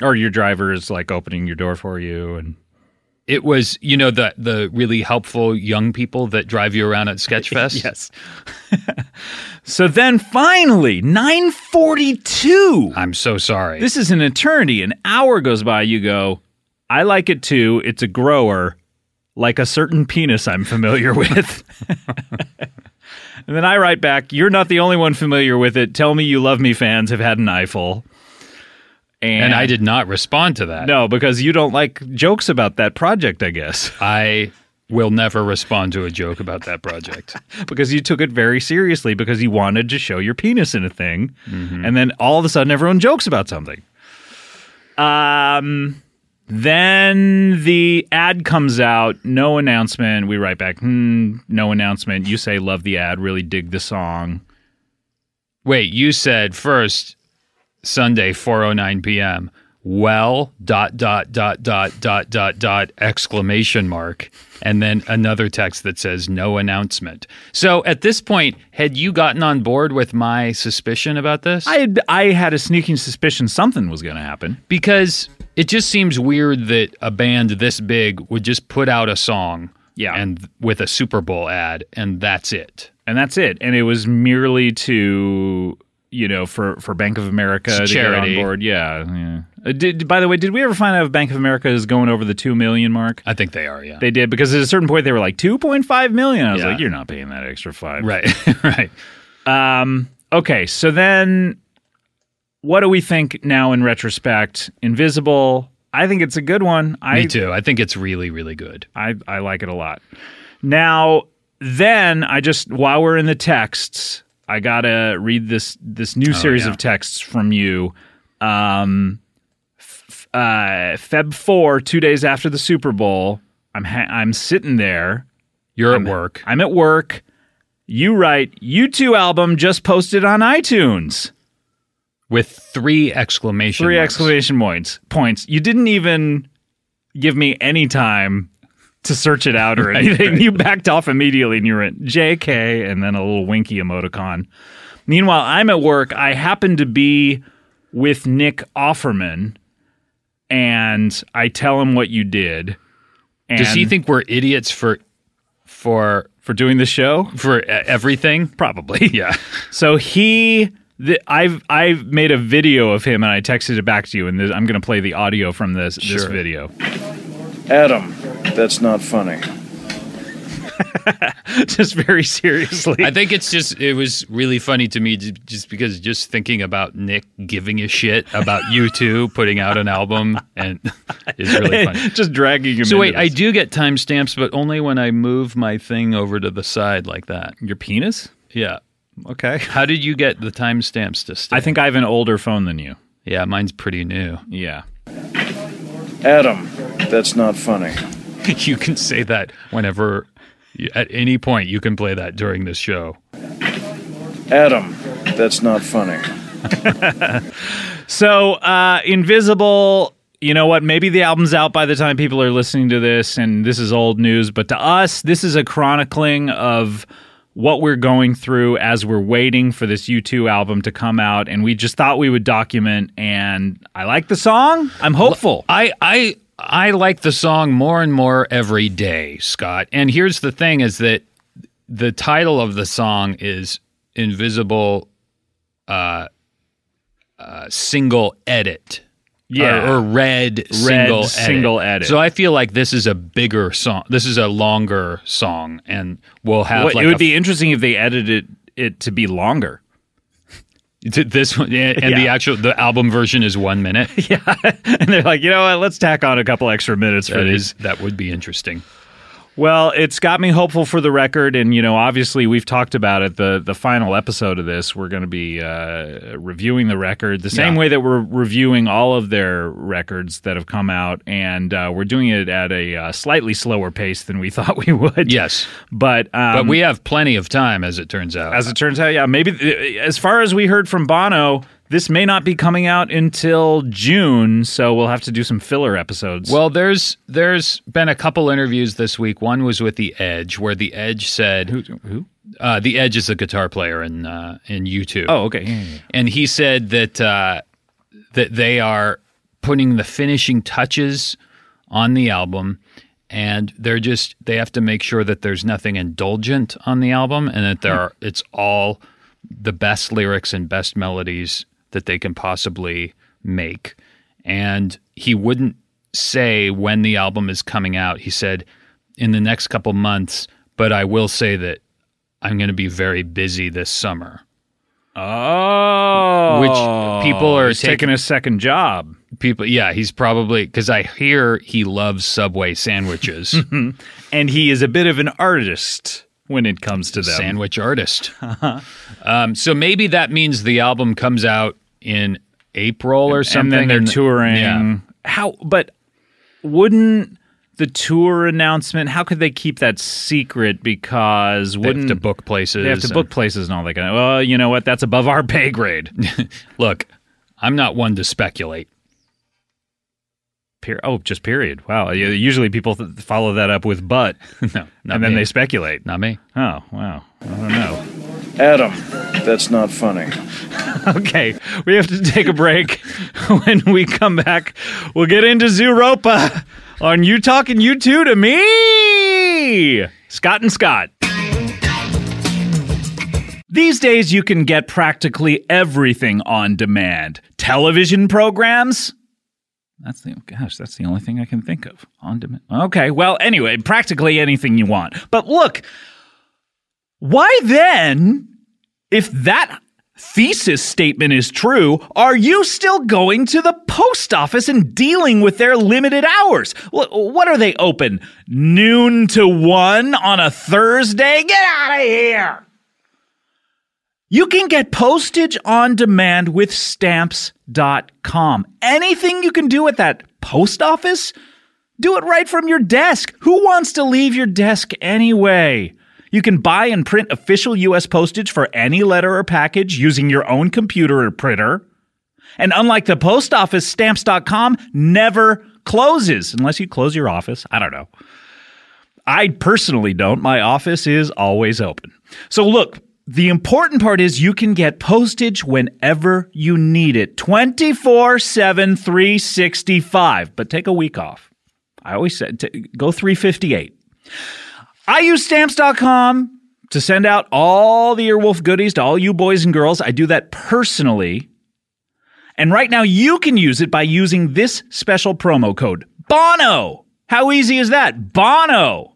S1: Or your driver is like opening your door for you, and
S2: It was, you know, the the really helpful young people that drive you around at Sketchfest.
S1: Yes. so then finally, 942.
S2: I'm so sorry.
S1: This is an eternity. An hour goes by, you go, I like it too. It's a grower, like a certain penis I'm familiar with. and then I write back, You're not the only one familiar with it. Tell me you love me fans have had an eyeful. And,
S2: and I did not respond to that.
S1: No, because you don't like jokes about that project, I guess,
S2: I will never respond to a joke about that project.
S1: because you took it very seriously because you wanted to show your penis in a thing. And then all of a sudden, everyone jokes about something. Um, then the ad comes out, no announcement. We write back, hmm, no announcement. You say, love the ad, really dig the song.
S2: Wait, you said first Sunday 4:09 p.m. Well, dot dot dot dot dot dot dot exclamation mark and then another text that says no announcement. So at this point, had you gotten on board with my suspicion about this?
S1: I had, I had a sneaking suspicion something was going to happen.
S2: because it just seems weird that a band this big would just put out a song
S1: Yeah.
S2: and with a Super Bowl ad and that's it.
S1: And that's it. And it was merely to, you know, for, for Bank of America to
S2: It's
S1: get on
S2: charity.
S1: board. Yeah. yeah. Uh, Did, by the way, did we ever find out if Bank of America is going over the 2 million mark?
S2: I think they are, yeah.
S1: They did because at a certain point they were like 2.5 million. I was
S2: Yeah.
S1: like, you're not paying that extra five.
S2: right. right.
S1: okay, so then what do we think now in retrospect? Invisible. I think it's a good one. I
S2: Me too. I think it's really, really good.
S1: I, I like it a lot. Now, then I just while we're in the texts, I gotta read this this new series
S2: yeah.
S1: of texts from you. Um, f- uh, Feb four, two days after the Super Bowl, I'm ha- I'm sitting there.
S2: You're at work.
S1: I'm at work. You write U2 album just posted on iTunes.
S2: with three exclamation
S1: Three
S2: marks.
S1: exclamation points. Points. You didn't even give me any time to search it out or anything. You backed off immediately and you were at JK and then a little winky emoticon. Meanwhile, I'm at work. I happen to be with Nick Offerman and I tell him what you did. And
S2: Does he think we're idiots for for
S1: for doing the show?
S2: for e- everything? Probably. Yeah.
S1: So he, the, I've I've made a video of him, and I texted it back to you. And this, I'm going to play the audio from this this video.
S4: Adam, that's not funny.
S1: Just very seriously.
S2: I think it's just it was really funny to me ju- just because just thinking about Nick giving a shit about you two putting out an album and is really funny.
S1: Just dragging him.
S2: So wait,
S1: into
S2: I
S1: this.
S2: do get timestamps, but only when I move my thing over to the side like that.
S1: your penis.
S2: Yeah.
S1: Okay.
S2: How did you get the timestamps to stay?
S1: I think I have an older phone than you.
S2: yeah, mine's pretty new.
S1: Yeah.
S4: Adam, that's not funny.
S2: you can say that whenever, you- at any point, you can play that during this show.
S4: Adam, that's not funny.
S1: So uh, invisible. You know what? Maybe the album's out by the time people are listening to this, and this is old news. But to us, this is a chronicling of what we're going through as we're waiting for this U2 album to come out. And we just thought we would document. And I like the song. I'm hopeful.
S2: I I I like the song more and more every day, Scott. And here's the thing is that the title of the song is Invisible uh, uh, single edit.
S1: Yeah.
S2: Or, or red, single edit.
S1: single edit.
S2: So I feel like this is a bigger song. This is a longer song and we'll have
S1: What-
S2: like
S1: it
S2: a-
S1: would be interesting if they edited it to be longer.
S2: t- this one and and the
S1: Yeah.
S2: actual the album version is 1 minute.
S1: and they're like, you know what? Let's tack on a couple extra minutes for
S2: that
S1: these.
S2: is that would be interesting.
S1: Well, it's got me hopeful for the record, and you know, obviously, we've talked about it. the The final episode of this, we're going to be uh, reviewing the record the same
S2: Yeah.
S1: way that we're reviewing all of their records that have come out, and uh, we're doing it at a uh, slightly slower pace than we thought we would.
S2: Yes.
S1: but um,
S2: But we have plenty of time as it turns out.
S1: as it turns out, yeah, maybe uh, as far as we heard from Bono, this may not be coming out until June, so we'll have to do some filler episodes.
S2: Well, there's there's been a couple interviews this week. One was with the Edge, where the Edge said, "Who?
S1: who?
S2: Uh, the Edge is a guitar player in uh, in U2."
S1: oh, okay. Yeah, yeah, yeah.
S2: and he said that uh, that they are putting the finishing touches on the album, and they're just they have to make sure that there's nothing indulgent on the album, and that there are, it's all the best lyrics and best melodies that they can possibly make. And he wouldn't say when the album is coming out. He said in the next couple months, but I will say that I'm going to be very busy this summer.
S1: Oh,
S2: Which people are
S1: he's taking
S2: taking-
S1: a second job.
S2: people yeah he's probably because i hear he loves subway sandwiches
S1: and he is a bit of an artist when it comes to them.
S2: sandwich artist
S1: Uh-huh.
S2: um, so maybe that means the album comes out in april or something
S1: and then they're touring.
S2: yeah.
S1: How? But wouldn't the tour announcement? How could they keep that secret? Because
S2: they have
S1: wouldn't
S2: to book places
S1: Hmm. they have to
S2: and-
S1: book places and all that kind of. Well, you know what? That's above our pay grade.
S2: look i'm not one to speculate
S1: Per- oh, just period. Wow. Yeah, Usually people th- follow that up with but,
S2: no not
S1: and then
S2: me.
S1: they speculate.
S2: not me
S1: Oh, wow. I don't know.
S4: Adam, that's not funny.
S1: Okay, we have to take a break. when we come back, we'll get into Zuropa on You Talking You Two to Me, Scott and Scott. These days, you can get practically everything on demand. Television programs? That's the gosh, that's the only thing I can think of on demand. Okay, well, anyway, practically anything you want. But look, why then if that thesis statement is true, are you still going to the post office and dealing with their limited hours? Wh- What are they open? Noon to one on a Thursday? Get out of here! You can get postage on demand with stamps.com. Anything you can do at that post office, do it right from your desk. Who wants to leave your desk anyway? You can buy and print official US postage for any letter or package using your own computer or printer. And unlike the post office, stamps.com never closes unless you close your office. I don't know. I personally don't. My office is always open. So, look, the important part is you can get postage whenever you need it 24 7, 365. But take a week off. I always said t- go 358. I use stamps.com to send out all the Earwolf goodies to all you boys and girls. I do that personally. And right now you can use it by using this special promo code Bono. How easy is that? Bono.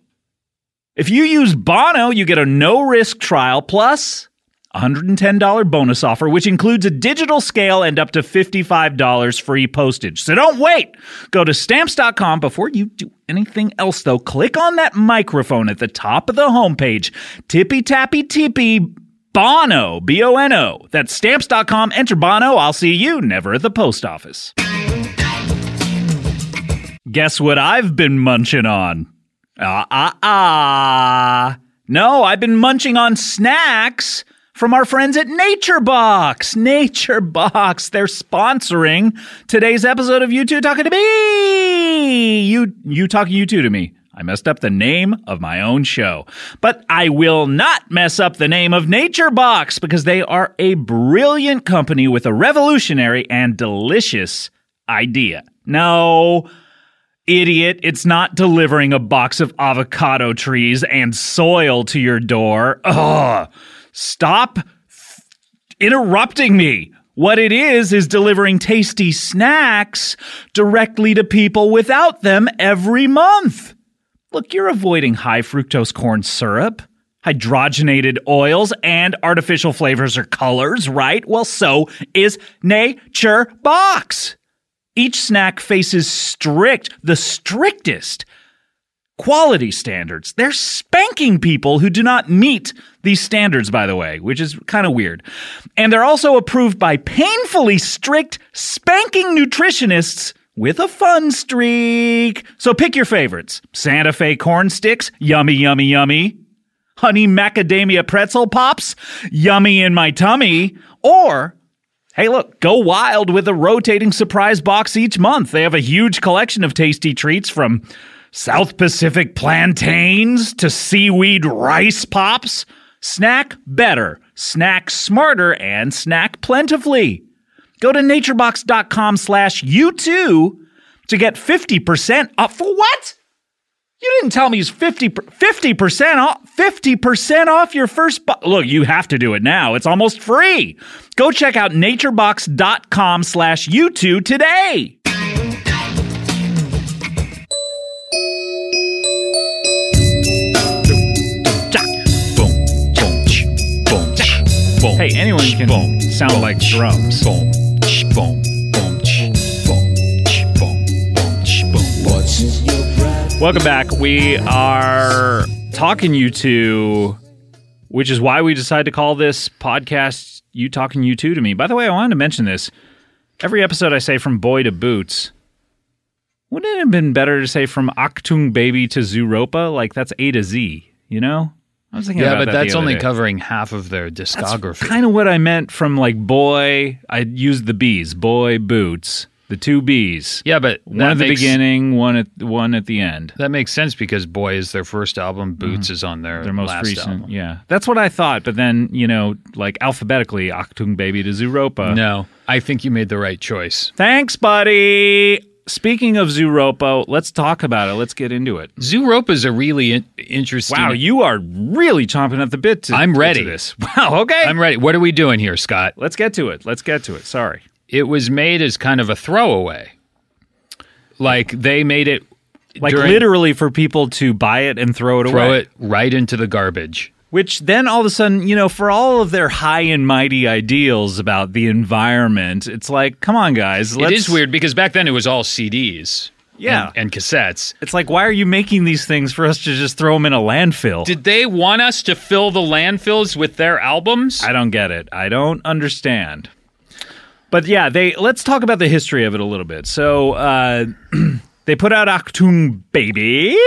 S1: If you use Bono, you get a no risk trial plus $110 bonus offer, which includes a digital scale and up to $55 free postage. So don't wait. Go to stamps.com before you do anything else, though. Click on that microphone at the top of the homepage. Tippy tappy tippy Bono, B O N O. That's stamps.com. Enter Bono. I'll see you never at the post office. Guess what I've been munching on? Ah, ah, ah. No, I've been munching on snacks from our friends at Nature Box. Nature Box, they're sponsoring today's episode of You Two Talking to Me. You, you talking You Two to Me. I messed up the name of my own show. But I will not mess up the name of Nature Box because they are a brilliant company with a revolutionary and delicious idea. No, Idiot, it's not delivering a box of avocado trees and soil to your door. Ugh. Stop interrupting me. What it is, is delivering tasty snacks directly to people without them every month. Look, you're avoiding high fructose corn syrup, hydrogenated oils, and artificial flavors or colors, right? Well, so is Nature Box. Each snack faces strict, the strictest quality standards. They're spanking people who do not meet these standards, by the way, which is kind of weird. And they're also approved by painfully strict spanking nutritionists with a fun streak. So pick your favorites Santa Fe corn sticks, yummy, yummy, yummy. Honey macadamia pretzel pops, yummy in my tummy. Or Hey, look, go wild with a rotating surprise box each month. They have a huge collection of tasty treats from South Pacific plantains to seaweed rice pops. Snack better, snack smarter, and snack plentifully. Go to naturebox.com slash U2 to get 50% off. For what? You didn't tell me it's 50 50% off 50% off your first bo- Look, you have to do it now. It's almost free. Go check out naturebox.com slash YouTube today. Hey, anyone can sound like drums.
S3: Watching your breath.
S1: Welcome back. We are talking you two, which is why we decided to call this podcast "You Talking You Two to Me." By the way, I wanted to mention this. Every episode, I say from boy to boots. Wouldn't it have been better to say from Achtung Baby to Zuropa? Like that's A to Z. You know, I was thinking
S2: Yeah,
S1: about
S2: but
S1: that
S2: that's
S1: the other
S2: only
S1: day.
S2: covering half of their discography.
S1: Kind of what I meant from like boy. I used the B's, boy boots, the two B's.
S2: yeah, but
S1: one at the
S2: makes,
S1: beginning, one at one at the end.
S2: That makes sense because Boy is their first album. Boots is on their,
S1: Mm-hmm. their most
S2: last
S1: recent.
S2: album.
S1: Yeah, that's what I thought. But then you know, like alphabetically, Octung Baby to Zuropa.
S2: No, I think you made the right choice.
S1: Thanks, buddy. Speaking of Zuropa, let's talk about it. Let's get into it.
S2: Zooropa is a really in- interesting.
S1: Wow, you are really chomping at the bit. To,
S2: I'm
S1: to
S2: ready.
S1: this. Wow. Okay.
S2: I'm ready. What are we doing here, Scott?
S1: let's get to it. Let's get to it. Sorry.
S2: It was made as kind of a throwaway. Like they made it
S1: Like
S2: during-
S1: literally for people to buy it and throw it
S2: throw
S1: away.
S2: it right into the garbage.
S1: Which then all of a sudden, you know, for all of their high and mighty ideals about the environment, it's like, come on, guys. Let's,
S2: It is weird because back then it was all CDs.
S1: Yeah.
S2: And, and cassettes.
S1: It's like, why are you making these things for us to just throw them in a landfill?
S2: Did they want us to fill the landfills with their albums?
S1: I don't get it. I don't understand. But yeah, they let's talk about the history of it a little bit. So uh, they put out Achtung Baby,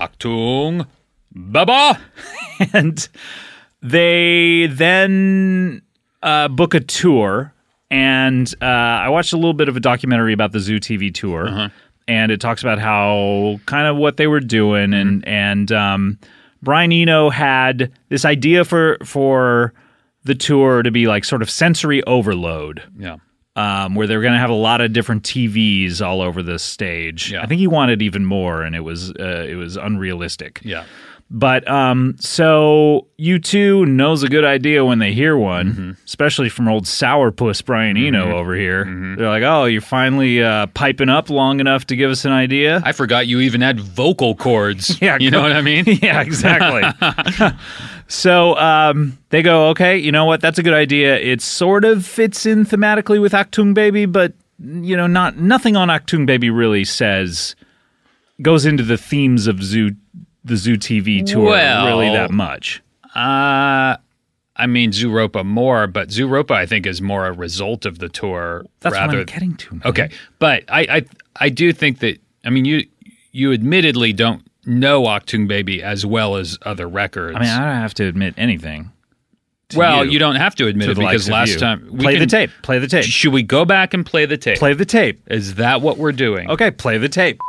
S2: Achtung, Baba.
S1: and they then uh, book a tour. And uh, I watched a little bit of a documentary about the Zoo TV tour, and it talks about how kind of what they were doing, and and um, Brian Eno had this idea for for the tour to be like sort of sensory overload
S2: Yeah.
S1: um, where they're going to have a lot of different TVs all over the stage.
S2: Yeah.
S1: I think he wanted even more, and it was uh, it was unrealistic.
S2: Yeah.
S1: But um, so you two knows a good idea when they hear one,
S2: Mm-hmm.
S1: especially from old sourpuss Brian Eno over here.
S2: Mm-hmm.
S1: They're like, "Oh, you're finally uh, piping up long enough to give us an idea."
S2: I forgot you even had vocal cords.
S1: Yeah,
S2: You know
S1: go-
S2: what I mean?
S1: yeah, exactly. so um, they go, okay, you know what? That's a good idea. It sort of fits in thematically with Actung Baby, but you know, not nothing on Actung Baby really says goes into the themes of Zoo the Zoo TV tour
S2: Well-
S1: really that much.
S2: Uh, I mean, Zuropa more, but Zuropa, I think, is more a result of the tour
S1: That's what
S2: rather
S1: I'm getting to. man.
S2: Okay, but I, I I do think that I mean you you admittedly don't know Octung Baby as well as other records.
S1: I mean, I don't have to admit anything. to
S2: well,
S1: you,
S2: you, don't have to admit
S1: to
S2: it
S1: the likes
S2: because
S1: of
S2: last
S1: you.
S2: time we
S1: play the
S2: can-
S1: tape. Play the tape.
S2: Should we go back and play the tape?
S1: Play the tape.
S2: Is that what we're doing?
S1: Okay, play the tape.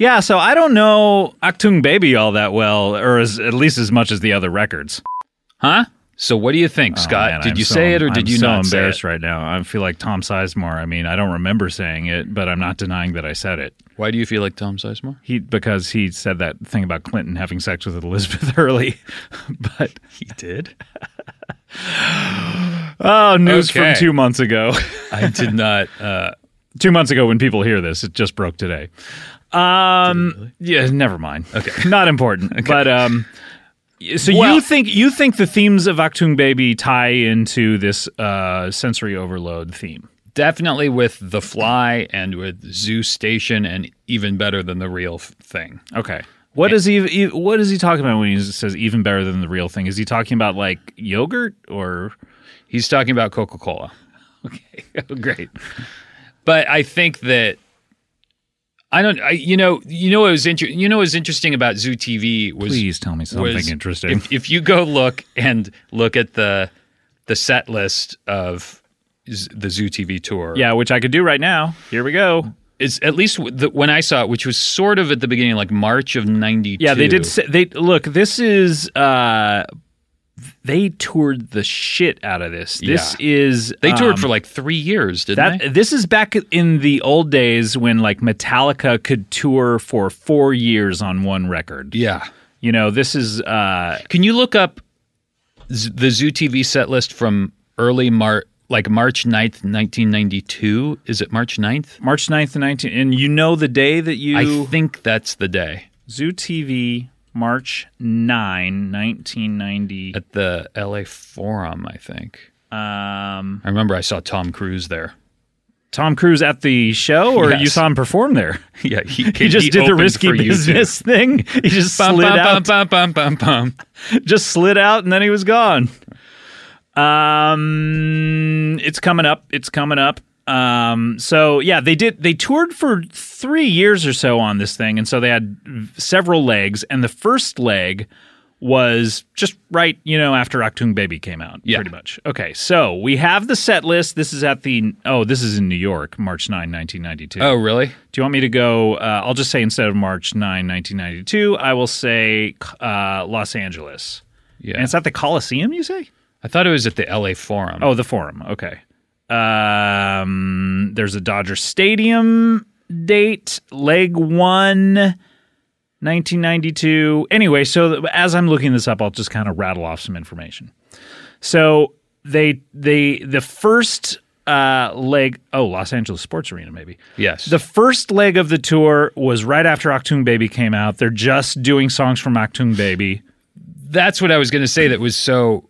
S1: Yeah, so I don't know Actung Baby all that well, or as, at least as much as the other records.
S2: Huh? So what do you think, Scott?
S1: Oh, Man,
S2: did
S1: I'm
S2: you
S1: so-
S2: say it or did
S1: I'm
S2: you
S1: so
S2: not say
S1: embarrassed
S2: it?
S1: right now. I feel like Tom Sizemore. I mean, I don't remember saying it, but I'm not denying that I said it.
S2: Why do you feel like Tom Sizemore?
S1: He because he said that thing about Clinton having sex with Elizabeth early, but he did. oh, news from
S2: Okay.
S1: two months ago.
S2: I did not. Uh,
S1: two months ago when people hear this. It just broke today. Um, yeah, never mind. Okay, not important. But um, so
S2: Well-
S1: you think you think the themes of Actung Baby tie into this uh, sensory overload theme?
S2: definitely with The Fly and with Zoo Station, and even better than the real f- thing.
S1: Okay. What does he e- What is he talking about when he says even better than the real thing? Is he talking about like yogurt or?
S2: He's talking about Coca Cola.
S1: Great.
S2: but I think that I don't. I, you know, you know what was inter- You know what was interesting about Zoo TV was
S1: Please tell me something
S2: was
S1: interesting.
S2: If, if you go look and look at the the set list of Z- the Zoo TV tour,
S1: yeah, which I could do right now. Here we go.
S2: it's at least w- the, when I saw it, which was sort of at the beginning, like March of '92.
S1: Yeah, they did. Say, they look. This is. uh They toured the shit out of this. This is.
S2: They
S1: um,
S2: toured for like three years, didn't they?
S1: that. This is back in the old days when like Metallica could tour for four years on one record.
S2: Yeah.
S1: You know, this is. uh
S2: Can you look up Z- the Zoo TV set list from early March, like March 9th, 1992? Is it March 9th?
S1: March 9th and 19th. And you know the day that you.
S2: I think that's the day
S1: Zoo TV, March 9, 1990.
S2: at the LA Forum, I think.
S1: Um,
S2: I remember I saw Tom Cruise there.
S1: Tom Cruise at the show, or you
S2: Yes.
S1: saw him perform there?
S2: Yeah, he,
S1: He just did the risky business thing. He just
S2: Bum,
S1: slid
S2: bum,
S1: out.
S2: bum, bum, bum, bum.
S1: just slid out and then he was gone. Um, it's coming up. It's coming up. Um, so yeah, they did. They toured for three years or so on this thing, and so they had several legs. And the first leg was just right, you know, after Octung Baby came out,
S2: Yeah.
S1: pretty much. Okay, so we have the set list. This is at the oh, this is in New York, March 9, 1992.
S2: Oh, really?
S1: Do you want me to go? Uh, I'll just say instead of March 9, 1992, I will say uh, Los Angeles.
S2: Yeah.
S1: And it's at the Coliseum, you say?
S2: I thought it was at the LA Forum.
S1: Oh, the Forum. Okay. Um, there's a Dodger Stadium date, leg one, 1992. Anyway, so th- as I'm looking this up, I'll just kind of rattle off some information. So they they the first uh leg oh Los Angeles Sports Arena maybe
S2: yes.
S1: the first leg of the tour was right after Octoon Baby came out. They're just doing songs from Octoon Baby.
S2: that's what I was going to say that was so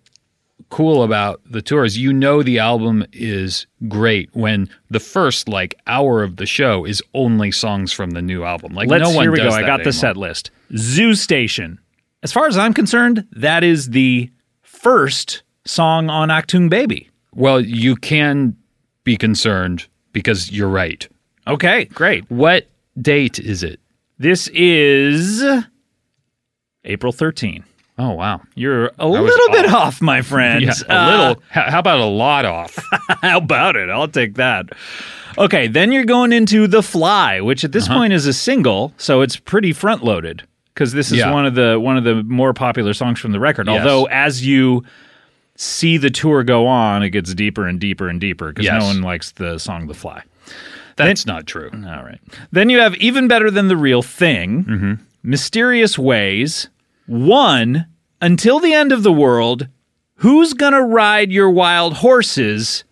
S2: cool about the tour is you know the album is great when the first like hour of the show is only songs from the new album. Like
S1: Let's
S2: no one
S1: here we go.
S2: does
S1: I
S2: that
S1: got the
S2: anymore.
S1: set list. Zoo Station. As far as I'm concerned, that is the first song on Octoon Baby.
S2: Well, you can be concerned because you're right.
S1: Okay, great.
S2: What date is it?
S1: This is April 13.
S2: Oh wow,
S1: You're a
S2: was
S1: little bit
S2: off.
S1: off, my friend.
S2: yeah, a
S1: Uh,
S2: little. How how about a lot off?
S1: How about it? I'll take that. Okay, then you're going into The Fly, which at this
S2: Uh-huh.
S1: point is a single, so it's pretty front loaded because this is
S2: Yeah.
S1: one of the one of the more popular songs from the record.
S2: Yes.
S1: Although as you see the tour go on, it gets deeper and deeper and deeper because
S2: Yes.
S1: no one likes the song The Fly.
S2: That's not true.
S1: All right. Then you have Even Better Than the Real Thing,
S2: Mm-hmm.
S1: Mysterious Ways, One, Until the End of the World, Who's Gonna Ride Your Wild Horses,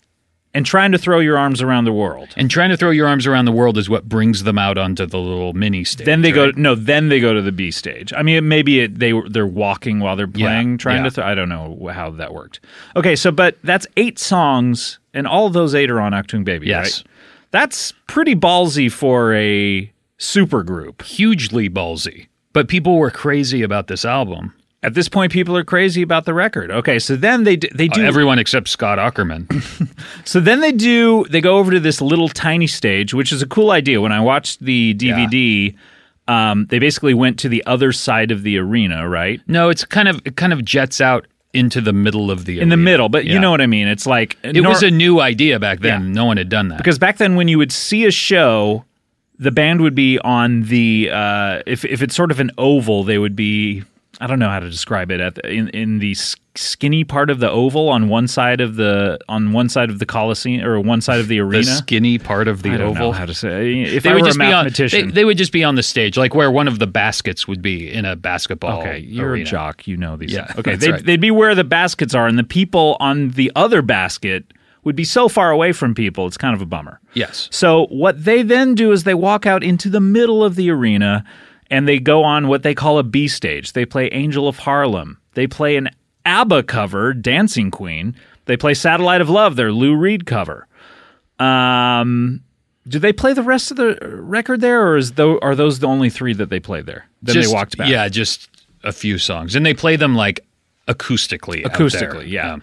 S1: and Trying to Throw Your Arms Around the World.
S2: And trying to throw your arms around the world is what brings them out onto the little mini stage.
S1: Then they
S2: right?
S1: go no. Then they go to the B stage. I mean, maybe it, they were- they're walking while they're playing, trying
S2: yeah.
S1: to. Th- I don't know how that worked. Okay, so but that's eight songs, and all of those eight are on Octoon Baby.
S2: Yes.
S1: right? that's pretty ballsy for a super group.
S2: hugely ballsy. But people were crazy about this album.
S1: At this point, people are crazy about the record. Okay, so then they d- they
S2: Uh,
S1: do.
S2: everyone except Scott Ackerman.
S1: so then they do. They go over to this little tiny stage, which is a cool idea. When I watched the DVD, um, they basically went to the other side of the arena, right
S2: no, it's kind of it kind of jets out into the middle of the
S1: in the
S2: arena.
S1: middle. But you
S2: Yeah.
S1: know what I mean. It's like
S2: It was a new idea back then. No one had done that.
S1: because back then when you would see a show. The band would be on the uh, if if it's sort of an oval, they would be I don't know how to describe it at the, in in the s- skinny part of the oval on one side of the on one side of the coliseum or one side of the
S2: the
S1: arena.
S2: skinny part of the
S1: I don't
S2: oval.
S1: know how to say. If
S2: they
S1: I
S2: would
S1: were
S2: just
S1: a
S2: be on. They,
S1: mathematician,
S2: they would just be on the stage, like where one of the baskets would be in a basketball.
S1: okay, you're
S2: arena.
S1: a jock, you know these.
S2: Yeah,
S1: things. okay,
S2: that's
S1: they'd,
S2: right.
S1: they'd be where the baskets are, and the people on the other basket would be so far away from people. It's kind of a bummer.
S2: Yes.
S1: So what they then do is they walk out into the middle of the arena, and they go on what they call a B stage. They play Angel of Harlem. They play an ABBA cover, Dancing Queen. They play Satellite of Love, their Lou Reed cover. Um, do they play the rest of the record there, or is tho- are those the only three that they played there? Then
S2: Just-
S1: they walked back.
S2: Yeah, just a few songs, and they play them like acoustically. out there.
S1: acoustically. Yeah,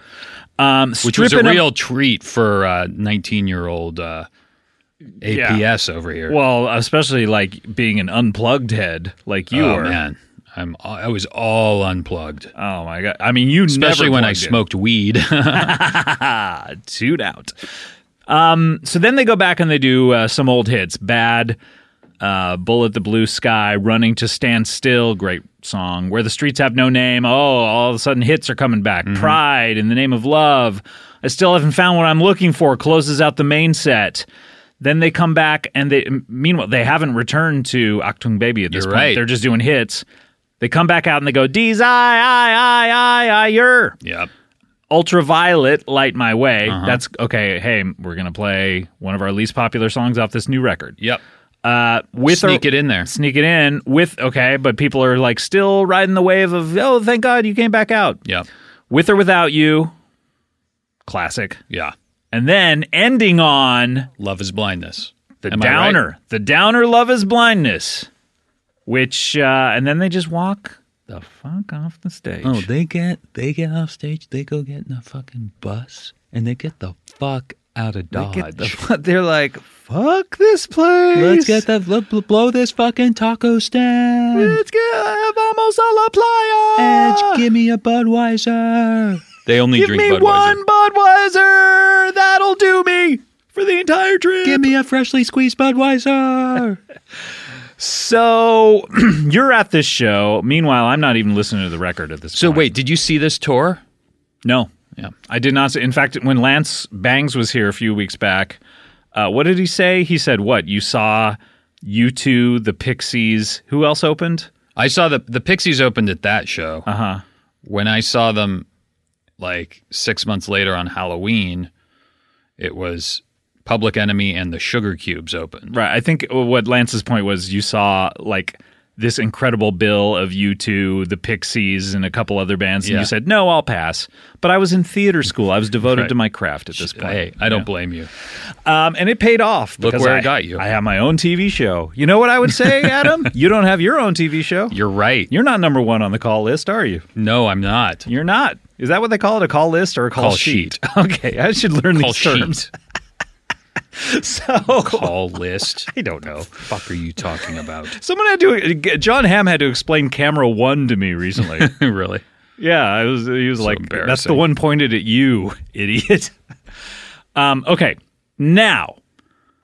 S1: um,
S2: which was a
S1: stripping 'em-
S2: real treat for uh, 19 year old uh, APS over here.
S1: well, especially like being an unplugged head like you
S2: oh
S1: were.
S2: man, I'm I was all unplugged,
S1: Oh my god! I mean, you
S2: especially
S1: never
S2: when I
S1: plugged in.
S2: smoked weed.
S1: Toot out. Um, so then they go back and they do uh, some old hits. Bad, uh, Bullet the Blue Sky, Running to Stand Still, great song. Where the Streets Have No Name. Oh, all of a sudden hits are coming back.
S2: Mm-hmm.
S1: Pride, In the Name of Love. I Still Haven't Found What I'm Looking For closes out the main set. Then they come back and they, meanwhile, they haven't returned to Actung Baby at this
S2: You're
S1: point.
S2: right.
S1: They're just doing hits. They come back out and they go, D's I, I, I, I, I, yer.
S2: yep.
S1: Ultraviolet, Light My Way.
S2: Uh-huh.
S1: That's okay. Hey, we're going to play one of our least popular songs off this new record.
S2: Yep.
S1: Uh, with
S2: Sneak
S1: or-
S2: it in there.
S1: Sneak it in with, okay, but people are like still riding the wave of, oh, thank God you came back out.
S2: Yep.
S1: With or Without You, classic.
S2: Yeah.
S1: And then ending on
S2: Love is blindness.
S1: the
S2: Am I right?
S1: downer, the downer love is blindness, which, uh, and then they just walk the fuck off the stage.
S5: Oh, they get they get off stage, they go get in a fucking bus, and they get the fuck out of Dodge.
S1: Get the- they're like, fuck this place.
S5: Let's get the let- bl- blow this fucking taco stand.
S1: Let's get vamos a la playa.
S5: Edge, give me a Budweiser.
S2: They only drink Budweiser.
S1: Budweiser. That'll do me for the entire trip.
S5: Give me a freshly squeezed Budweiser.
S1: so you're at this show. Meanwhile, I'm not even listening to the record at this
S2: So
S1: point.
S2: wait, did you see this tour?
S1: No.
S2: Yeah.
S1: I did not. Say, in fact, when Lance Bangs was here a few weeks back, uh, what did he say? He said, "What you saw, you two, the Pixies. Who else opened?
S2: I saw the the Pixies opened at that show.
S1: Uh huh.
S2: When I saw them, like six months later on Halloween, it was Public Enemy and the Sugar Cubes opened.
S1: Right. I think what Lance's point was you saw like this incredible bill of you two, the Pixies, and a couple other bands, and
S2: Yeah.
S1: you said, no, I'll pass. But I was in theater school. I was devoted to my craft at this point.
S2: Hey, I don't blame you.
S1: Um, and it paid off.
S2: Look
S1: because
S2: where
S1: I,
S2: it got you.
S1: I have my own TV show. You know what I would say, Adam? you don't have your own TV show.
S2: You're right.
S1: You're not number one on the call list, are you?
S2: no, I'm not.
S1: You're not. Is that what they call it? A call list or a call,
S2: Call
S1: sheet? Okay, I should learn
S2: Call
S1: these terms.
S2: sheet.
S1: So
S2: Call list.
S1: I don't know.
S2: fuck are you talking about?
S1: Someone had to. uh, John Hamm had to explain camera one to me recently.
S2: really?
S1: yeah, I was. He was like, "That's the
S2: embarrassing.
S1: one pointed at you, idiot." um. Okay. Now,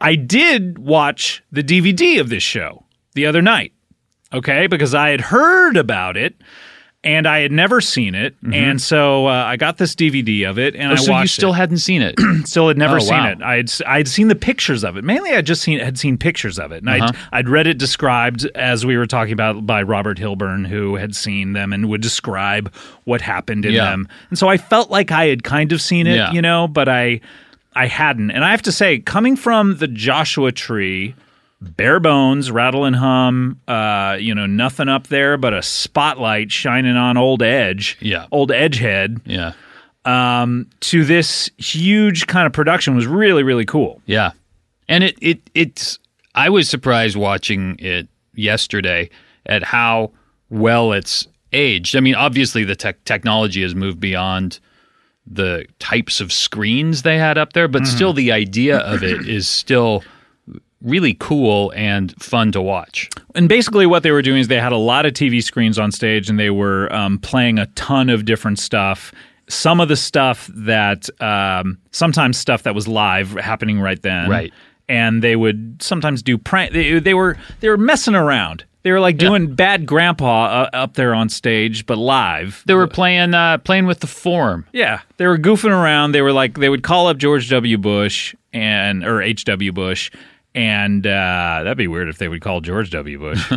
S1: I did watch the DVD of this show the other night. Okay, because I had heard about it. And I had never seen it, and so uh, I got this DVD of it, and I
S2: Mm-hmm. Oh, so you
S1: watched it.
S2: still hadn't seen it?
S1: still had never
S2: Oh,
S1: seen
S2: wow.
S1: it. I'd I'd seen the pictures of it. Mainly, I just seen had seen pictures of it, and
S2: Uh-huh.
S1: I'd I'd read it described as we were talking about by Robert Hilburn, who had seen them and would describe what happened in
S2: Yeah.
S1: them. And so I felt like I had kind of seen it,
S2: Yeah.
S1: you know, but I I hadn't. And I have to say, coming from the Joshua Tree. Bare bones, rattle and hum. Uh, you know, nothing up there but a spotlight shining on old Edge.
S2: Yeah.
S1: old Edge head
S2: yeah.
S1: um, to this huge kind of production was really really cool.
S2: Yeah. And it, it it's I was surprised watching it yesterday at how well it's aged. I mean, obviously the tech technology has moved beyond the types of screens they had up there, but still the idea of it is still really cool and fun to watch.
S1: And basically, what they were doing is they had a lot of TV screens on stage, and they were um, playing a ton of different stuff. Some of the stuff that um, sometimes stuff that was live happening right then,
S2: Right.
S1: And they would sometimes do prank. They, they were they were messing around. They were like doing bad grandpa uh, up there on stage, but live.
S2: They were playing uh, playing with the form.
S1: Yeah, they were goofing around. They were like they would call up George W. Bush and or H. W. Bush, and uh, that'd be weird if they would call George W. Bush.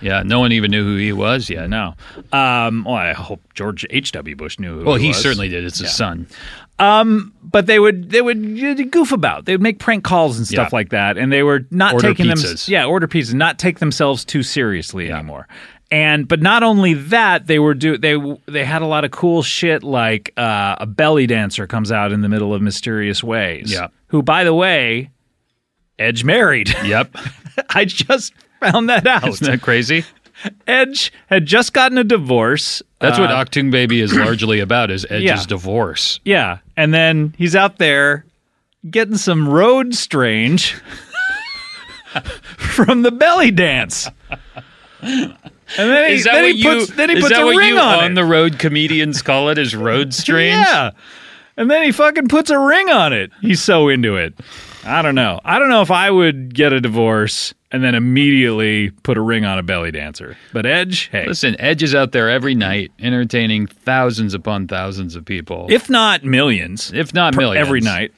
S2: Yeah, no one even knew who he was yet.
S1: no, um, well, I hope George H. W. Bush knew. Who
S2: Well, he
S1: was.
S2: certainly did. It's his son.
S1: But they would they would goof about. They would make prank calls and stuff
S2: Yeah.
S1: like that, and they were not
S2: Order
S1: taking
S2: pizzas.
S1: them. Yeah, order pizzas, not take themselves too seriously anymore. And but not only that, they were do they they had a lot of cool shit like uh, a belly dancer comes out in the middle of mysterious ways.
S2: Yeah.
S1: Who, by the way, Edge married.
S2: Yep.
S1: I just found that out.
S2: Isn't that crazy?
S1: Edge had just gotten a divorce.
S2: That's what Octung Baby is largely about is Edge's
S1: Uh, yeah.
S2: divorce.
S1: Yeah. And then he's out there getting some road strange from the belly dance. And then he, then he puts, then he
S2: is
S1: puts
S2: that
S1: a
S2: what
S1: ring
S2: you
S1: on, it.
S2: the road comedians call it is road strange?
S1: Yeah. And then he fucking puts a ring on it. He's so into it. I don't know. I don't know if I would get a divorce and then immediately put a ring on a belly dancer. But Edge, hey.
S2: Listen, Edge is out there every night entertaining thousands upon thousands of people.
S1: if not millions,
S2: if not
S1: per-
S2: millions.
S1: every night.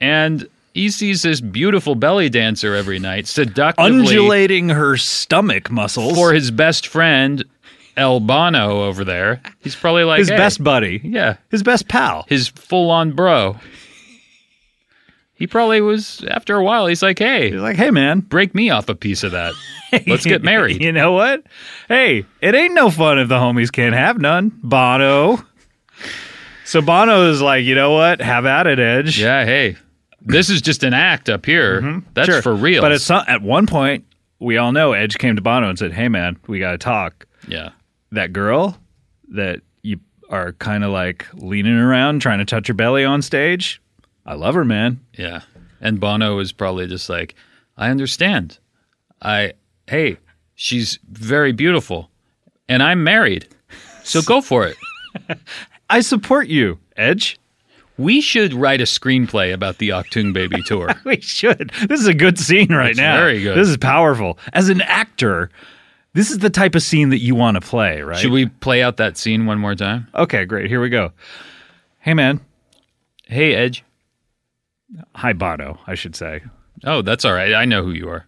S2: And he sees this beautiful belly dancer every night seductively
S1: Undulating her stomach muscles.
S2: for his best friend El Bono over there. He's probably like
S1: his
S2: "Hey,
S1: best buddy.
S2: Yeah.
S1: His best pal.
S2: his full on bro. He probably was after a while. He's like, "Hey,
S1: He's like, hey, man.
S2: break me off a piece of that. Let's get married."
S1: You know what? Hey, it ain't no fun if the homies can't have none. Bono. So Bono is like, you know what? Have at it, Edge.
S2: yeah, hey, this is just an act up here. That's
S1: Mm-hmm. Sure.
S2: for real.
S1: But at, some, at one point, we all know Edge came to Bono and said, hey, man, we got to talk.
S2: yeah,
S1: That girl that you are kind of like leaning around, trying to touch her belly on stage, I love her, man.
S2: yeah. And Bono is probably just like, "I understand. I hey, she's very beautiful, and I'm married, so go for it."
S1: I support you, Edge.
S2: We should write a screenplay about the Octoon Baby tour.
S1: We should. This is a good scene right
S2: It's
S1: now.
S2: very good.
S1: This is powerful. As an actor, this is the type of scene that you want to play, right?
S2: Should we play out that scene one more time?
S1: Okay, great. Here we go. Hey, man.
S2: Hey, Edge.
S1: Hi, Bono, I should say.
S2: Oh, that's all right. I know who you are.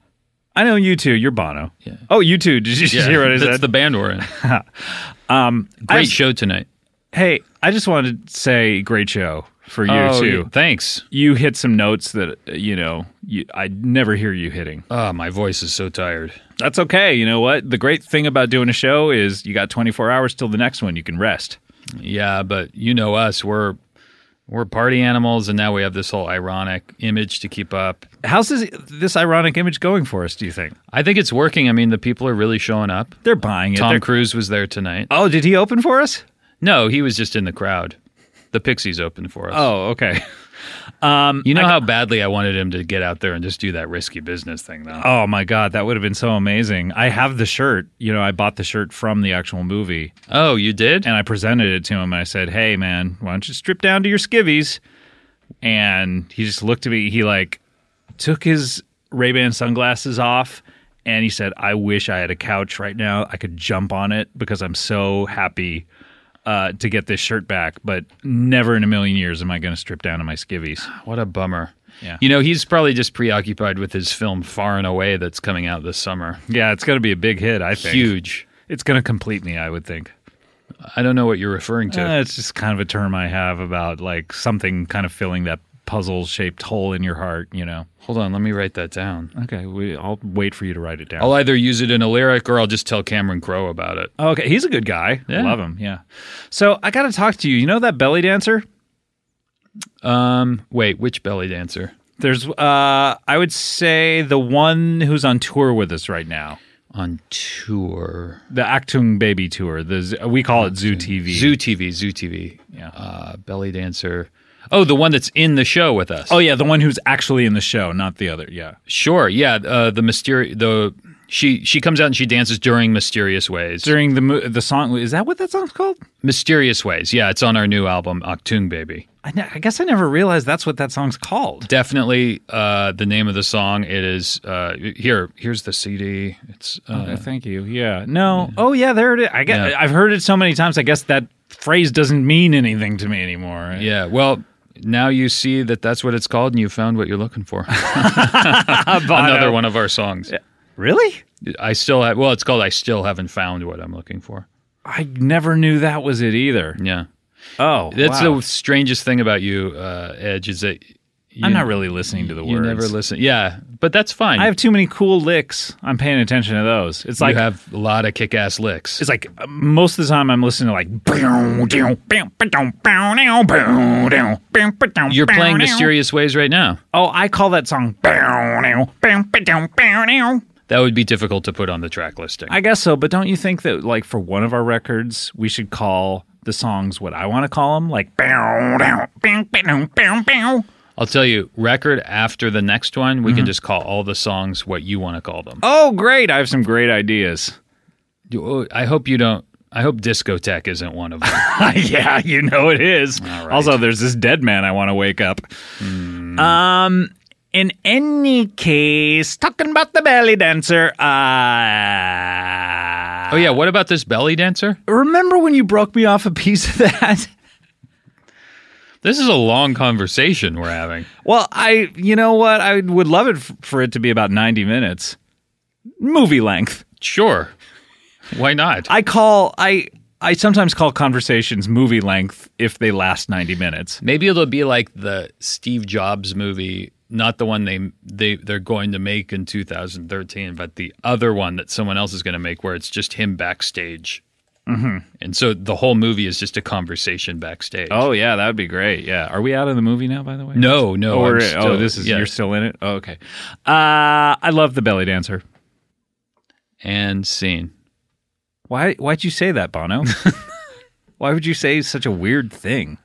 S1: I know you too. You're Bono. Yeah. Oh, you too. Did you hear what I
S2: that's
S1: said? Um,
S2: the band we're in. um,
S1: I
S2: Great
S1: was-
S2: show tonight.
S1: hey, I just wanted to say great show for you
S2: Oh,
S1: too.
S2: Thanks.
S1: You hit some notes that, uh, you know, you, I never hear you hitting.
S2: Oh, my Ah, voice is so tired.
S1: That's okay. You know what? The great thing about doing a show is you got 24 hours till the next one. You can rest.
S2: Yeah, but you know us, we're we're party animals, and now we have this whole ironic image to keep up.
S1: How's this, this ironic image going for us, do you think?
S2: I think it's working. I mean, the people are really showing up.
S1: They're buying it.
S2: Tom
S1: They're-
S2: Cruise was there tonight.
S1: oh, did he open for us?
S2: No, he was just in the crowd. The Pixies opened for us.
S1: Oh, okay. Um,
S2: you know how badly I wanted him to get out there and just do that risky business thing, though.
S1: Oh my god, that would have been so amazing. I have the shirt. You know, I bought the shirt from the actual movie
S2: Oh, you did?
S1: and I presented it to him and I said, "Hey man, why don't you strip down to your skivvies?" And he just looked at me. He like took his Ray-Ban sunglasses off and he said, "I wish I had a couch right now. I could jump on it because I'm so happy." Uh, to get this shirt back, but never in a million years am I going to strip down to my skivvies.
S2: What a bummer.
S1: Yeah.
S2: You know, he's probably just preoccupied with his film Far and Away that's coming out this summer.
S1: Yeah, it's going to be a big hit. I think
S2: Huge.
S1: It's going to complete me. I would think.
S2: I don't know what you're referring to.
S1: Uh, it's just kind of a term I have about like something kind of filling that puzzle shaped hole in your heart, you know.
S2: Hold on, let me write that down.
S1: Okay, we, I'll wait for you to write it down.
S2: I'll either use it in a lyric or I'll just tell Cameron Crowe about it.
S1: okay, he's a good guy. I
S2: Yeah.
S1: Love him, yeah. So I got to talk to you. You know that belly dancer?
S2: Um, wait, which belly dancer?
S1: There's, uh, I would say, the one who's on tour with us right now,
S2: On tour.
S1: the Actung Baby Tour. The Z- we call it Zoo TV.
S2: Zoo TV, Zoo TV.
S1: Yeah.
S2: Uh, belly dancer. Oh, the one that's in the show with us.
S1: Oh yeah, the one who's actually in the show, not the other. Yeah.
S2: sure. Yeah. Uh, the mysterious, the, she, she comes out and she dances during Mysterious Ways.
S1: During the mo- the song, is that what that song's called?
S2: mysterious Ways. Yeah. It's on our new album, Octoon Baby.
S1: I, ne- I guess I never realized that's what that song's called.
S2: Definitely uh, the name of the song. It is, uh, here, here's the CD. It's, uh,
S1: Uh, thank you. Yeah. No. Oh yeah, there it is. I guess, I've heard it so many times. I guess that phrase doesn't mean anything to me anymore.
S2: yeah. Well, now you see that that's what it's called and you found what you're looking for. Another one of our songs.
S1: Really?
S2: I still have, well, it's called I Still Haven't Found What I'm Looking For.
S1: I never knew that was it either.
S2: Yeah.
S1: Oh,
S2: That's
S1: wow.
S2: the strangest thing about you, uh, Edge, is that you,
S1: I'm not really listening to the
S2: you
S1: words.
S2: never listen. Yeah, but that's fine.
S1: I have too many cool licks. I'm paying attention to those. It's like
S2: you have a lot of kick ass licks.
S1: it's like uh, most of the time I'm listening to like boom, doom, bam, ba-dum, bow, now, boom, doom, bam, ba-dum,
S2: You're
S1: bow,
S2: playing
S1: now.
S2: Mysterious Ways right now.
S1: Oh, I call that song bow, now, bam, ba-dum, bow, now.
S2: That would be difficult to put on the track listing.
S1: I guess so, but don't you think that like for one of our records, we should call the songs what I want to call them, like bow, down, bow, bow, bow, bow.
S2: I'll tell you, record after the next one,
S1: Mm-hmm.
S2: we can just call all the songs what you want to call them.
S1: Oh, great! I have some great ideas.
S2: You- oh, I hope you don't. I hope Discotech isn't one of them.
S1: yeah, you know it is.
S2: right. Hmm.
S1: Also, there's this dead man I want to wake up. Um, in any case, talking about the belly dancer. Uh,
S2: oh yeah, what about this belly dancer?
S1: remember when you broke me off a piece of that?
S2: This is a long conversation we're having.
S1: Well, I, you know what? I would love it f- for it to be about 90 minutes, movie length.
S2: Sure, why not?
S1: I call, I, I sometimes call conversations movie length if they last 90 minutes.
S2: Maybe it'll be like the Steve Jobs movie, not the one they they they're going to make in 2013, but the other one that someone else is going to make, where it's just him backstage, mm-hmm. and so the whole movie is just a conversation backstage.
S1: Oh, yeah, that would be great. Yeah. Are we out of the movie now, by the way?
S2: no, no,
S1: Oh,
S2: I'm
S1: we're-
S2: still-
S1: oh, this is,
S2: yeah.
S1: you're still in it? Oh, okay. Uh, I love The Belly Dancer.
S2: and scene.
S1: Why, why'd you say that, Bono? Why would you say such a weird thing?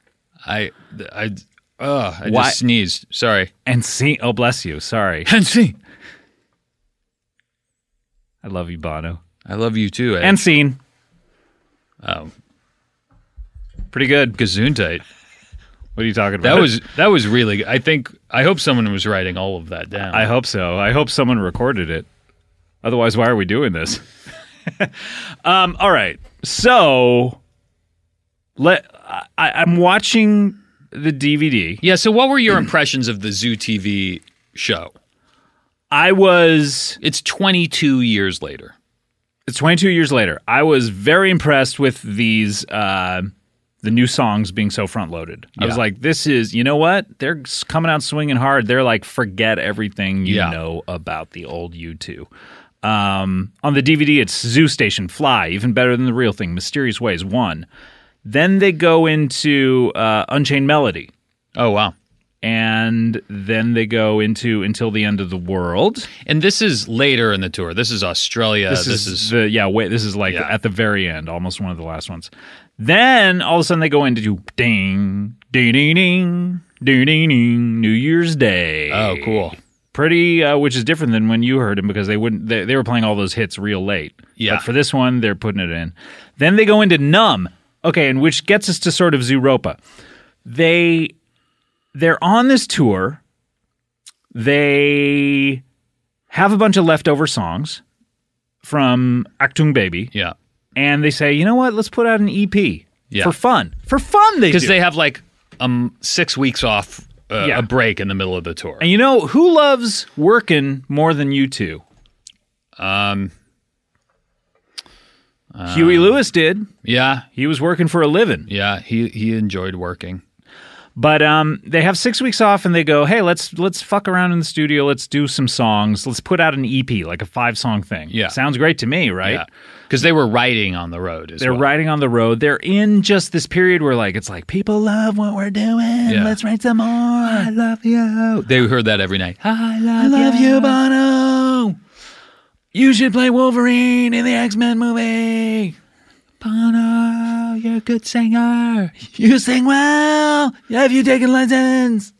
S2: I I uh, I
S1: Why-
S2: just sneezed. Sorry.
S1: And see, oh, bless you. Sorry.
S2: And scene.
S1: I love you, Bono.
S2: I love you too. Ed.
S1: And scene.
S2: oh,
S1: Pretty good.
S2: Gesundheit.
S1: What are you talking about?
S2: That was that was really. good. I think I hope someone was writing all of that down.
S1: I hope so. I hope someone recorded it. Otherwise, why are we doing this? um, all right. So let I, I'm watching the DVD.
S2: Yeah. So, what were your impressions of the Zoo TV show?
S1: I was
S2: It's 22 years later.
S1: it's 22 years later. I was very impressed with these uh, the new songs being so front loaded. I was
S2: Yeah.
S1: like, this is you know what they're s- coming out swinging hard. They're like, forget everything you
S2: Yeah.
S1: know about the old U2. Um, on the DVD, it's Zoo Station Fly, even better than the real thing. Mysterious Ways one. Then they go into uh, Unchained Melody,
S2: Oh wow.
S1: and then they go into Until the End of the World.
S2: And this is later in the tour. This is Australia. This, is,
S1: the, yeah. Wait, this is like
S2: Yeah.
S1: at the very end, almost one of the last ones. Then all of a sudden they go into ding, ding, ding, ding, ding, ding, ding, New Year's Day.
S2: oh cool.
S1: pretty, uh, which is different than when you heard him because they wouldn't. They, they were playing all those hits real late.
S2: Yeah.
S1: But for this one, they're putting it in. Then they go into numb. Okay, and which gets us to sort of Zeropa. They they're on this tour. They have a bunch of leftover songs from Actung Baby,
S2: Yeah.
S1: and they say, you know what? Let's put out an EP
S2: Yeah.
S1: for fun. For fun, they do.
S2: Because they have like um six weeks off uh,
S1: Yeah.
S2: a break in the middle of the tour.
S1: and you know who loves working more than you two?
S2: Um.
S1: Huey Lewis did.
S2: Yeah.
S1: He was working for a living.
S2: Um, Yeah. He he enjoyed working.
S1: But um, they have six weeks off, and they go, "Hey, let's let's fuck around in the studio. Let's do some songs. Let's put out an EP, like a five song thing.
S2: Yeah.
S1: sounds great to me, right?
S2: Yeah. Because they were writing on the road. As
S1: They're
S2: well.
S1: riding on the road. They're in just this period where, like, it's like people love what we're doing. Let's write some more. I love you.
S2: They heard that every night.
S1: I love, you, Bono. You should play Wolverine in the X Men movie. Bono, you're a good singer. You sing well. Have you taken lessons?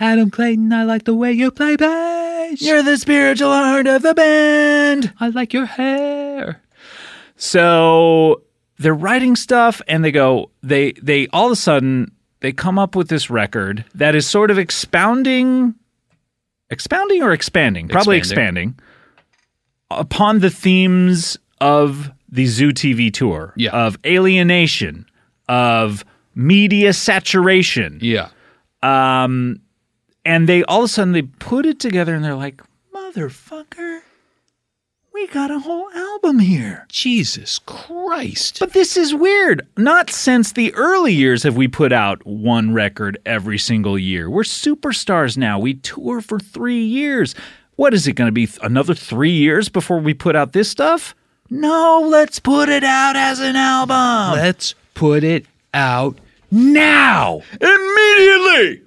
S5: Adam Clayton, I like the way you play bass.
S1: You're the spiritual heart of the band.
S5: I like your hair.
S1: So they're writing stuff and they go, they, they all of a sudden, they come up with this record that is sort of expounding, expounding or expanding, probably expanding,
S2: Expanding.
S1: upon the themes of the Zoo TV tour
S2: Yeah.
S1: of alienation, of media saturation,
S2: Yeah.
S1: um, and they all of a sudden they put it together and they're like, motherfucker, we got a whole album here.
S2: Jesus Christ.
S1: But this is weird. Not since the early years have we put out one record every single year. We're superstars now. We tour for three years. What is it going to be? th- Another three years before we put out this stuff? No, let's put it out as an album.
S2: Let's put it out
S1: now. Immediately.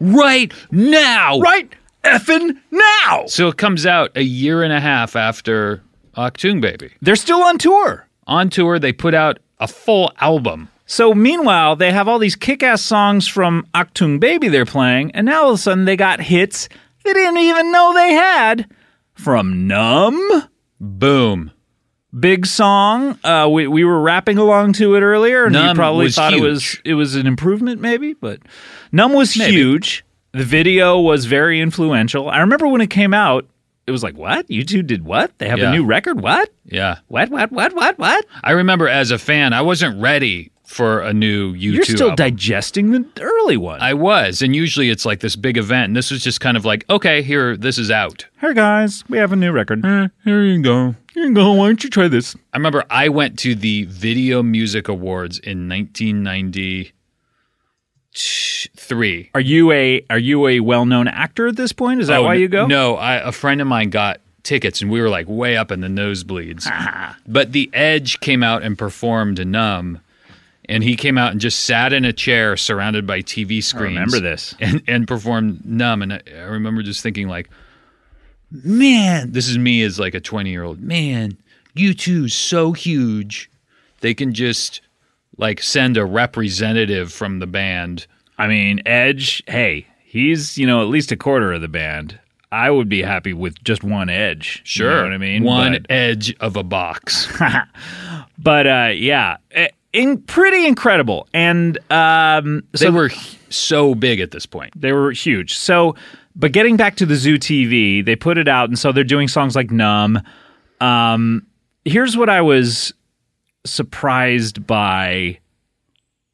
S2: right now.
S1: Right effing now.
S2: So it comes out a year and a half after Octoon Baby.
S1: They're still on tour.
S2: On tour, they put out a full album.
S1: So meanwhile, they have all these kick-ass songs from Octung Baby they're playing, and now all of a sudden they got hits they didn't even know they had from Numb,
S2: Boom.
S1: big song. Uh, we we were rapping along to it earlier, and you
S2: Numb
S1: probably
S2: was
S1: thought it
S2: huge.
S1: was it was an improvement, maybe. But Numb was
S2: Maybe.
S1: huge. The video was very influential. I remember when it came out, it was like, "What? You two did what? They have
S2: Yeah.
S1: a new record? What?
S2: Yeah.
S1: What? What? What? What? What?"
S2: I remember as a fan, I wasn't ready for a new U2
S1: You're still
S2: album.
S1: digesting the early one.
S2: I was, and usually it's like this big event, and this was just kind of like, okay, here, this is out.
S1: hey guys, we have a new record.
S2: Here you go.
S1: Eh, You can go. Why don't you try this?
S2: I remember I went to the Video Music Awards in 1993.
S1: Are you a Are you a well known actor at this point? Is that
S2: Oh,
S1: why
S2: n-
S1: you go?
S2: No, I, a friend of mine got tickets, and we were like way up in the nosebleeds. but The Edge came out and performed Numb, and he came out and just sat in a chair surrounded by TV screens.
S1: remember this.
S2: And, and performed Numb, and I, I remember just thinking like, man, this is me as like a 20 year old man. You two's so huge, they can just like send a representative from the band.
S1: I mean Edge. Hey, he's you know at least a quarter of the band. I would be happy with just one Edge.
S2: Sure,
S1: you know what I mean.
S2: one
S1: but,
S2: edge of a box.
S1: but uh, yeah, eh, in, pretty incredible. And um,
S2: they
S1: so
S2: were h- so big at this point.
S1: They were huge. So, but getting back to the Zoo TV, they put it out, and so they're doing songs like "Numb." Um, here's what I was surprised by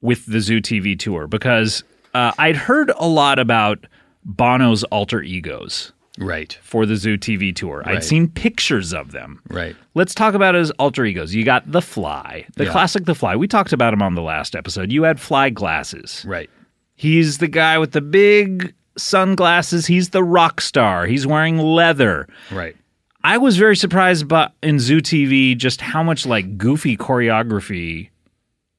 S1: with the Zoo TV tour because uh, I'd heard a lot about Bono's alter egos
S2: Right,
S1: for the Zoo TV tour. I'd
S2: Right.
S1: seen pictures of them.
S2: right.
S1: Let's talk about his alter egos. You got the Fly, the
S2: Yeah.
S1: classic The Fly. We talked about him on the last episode. You had Fly glasses.
S2: Right.
S1: He's the guy with the big sunglasses. He's the rock star. He's wearing leather.
S2: Right.
S1: I was very surprised by, in Zoo TV just how much like goofy choreography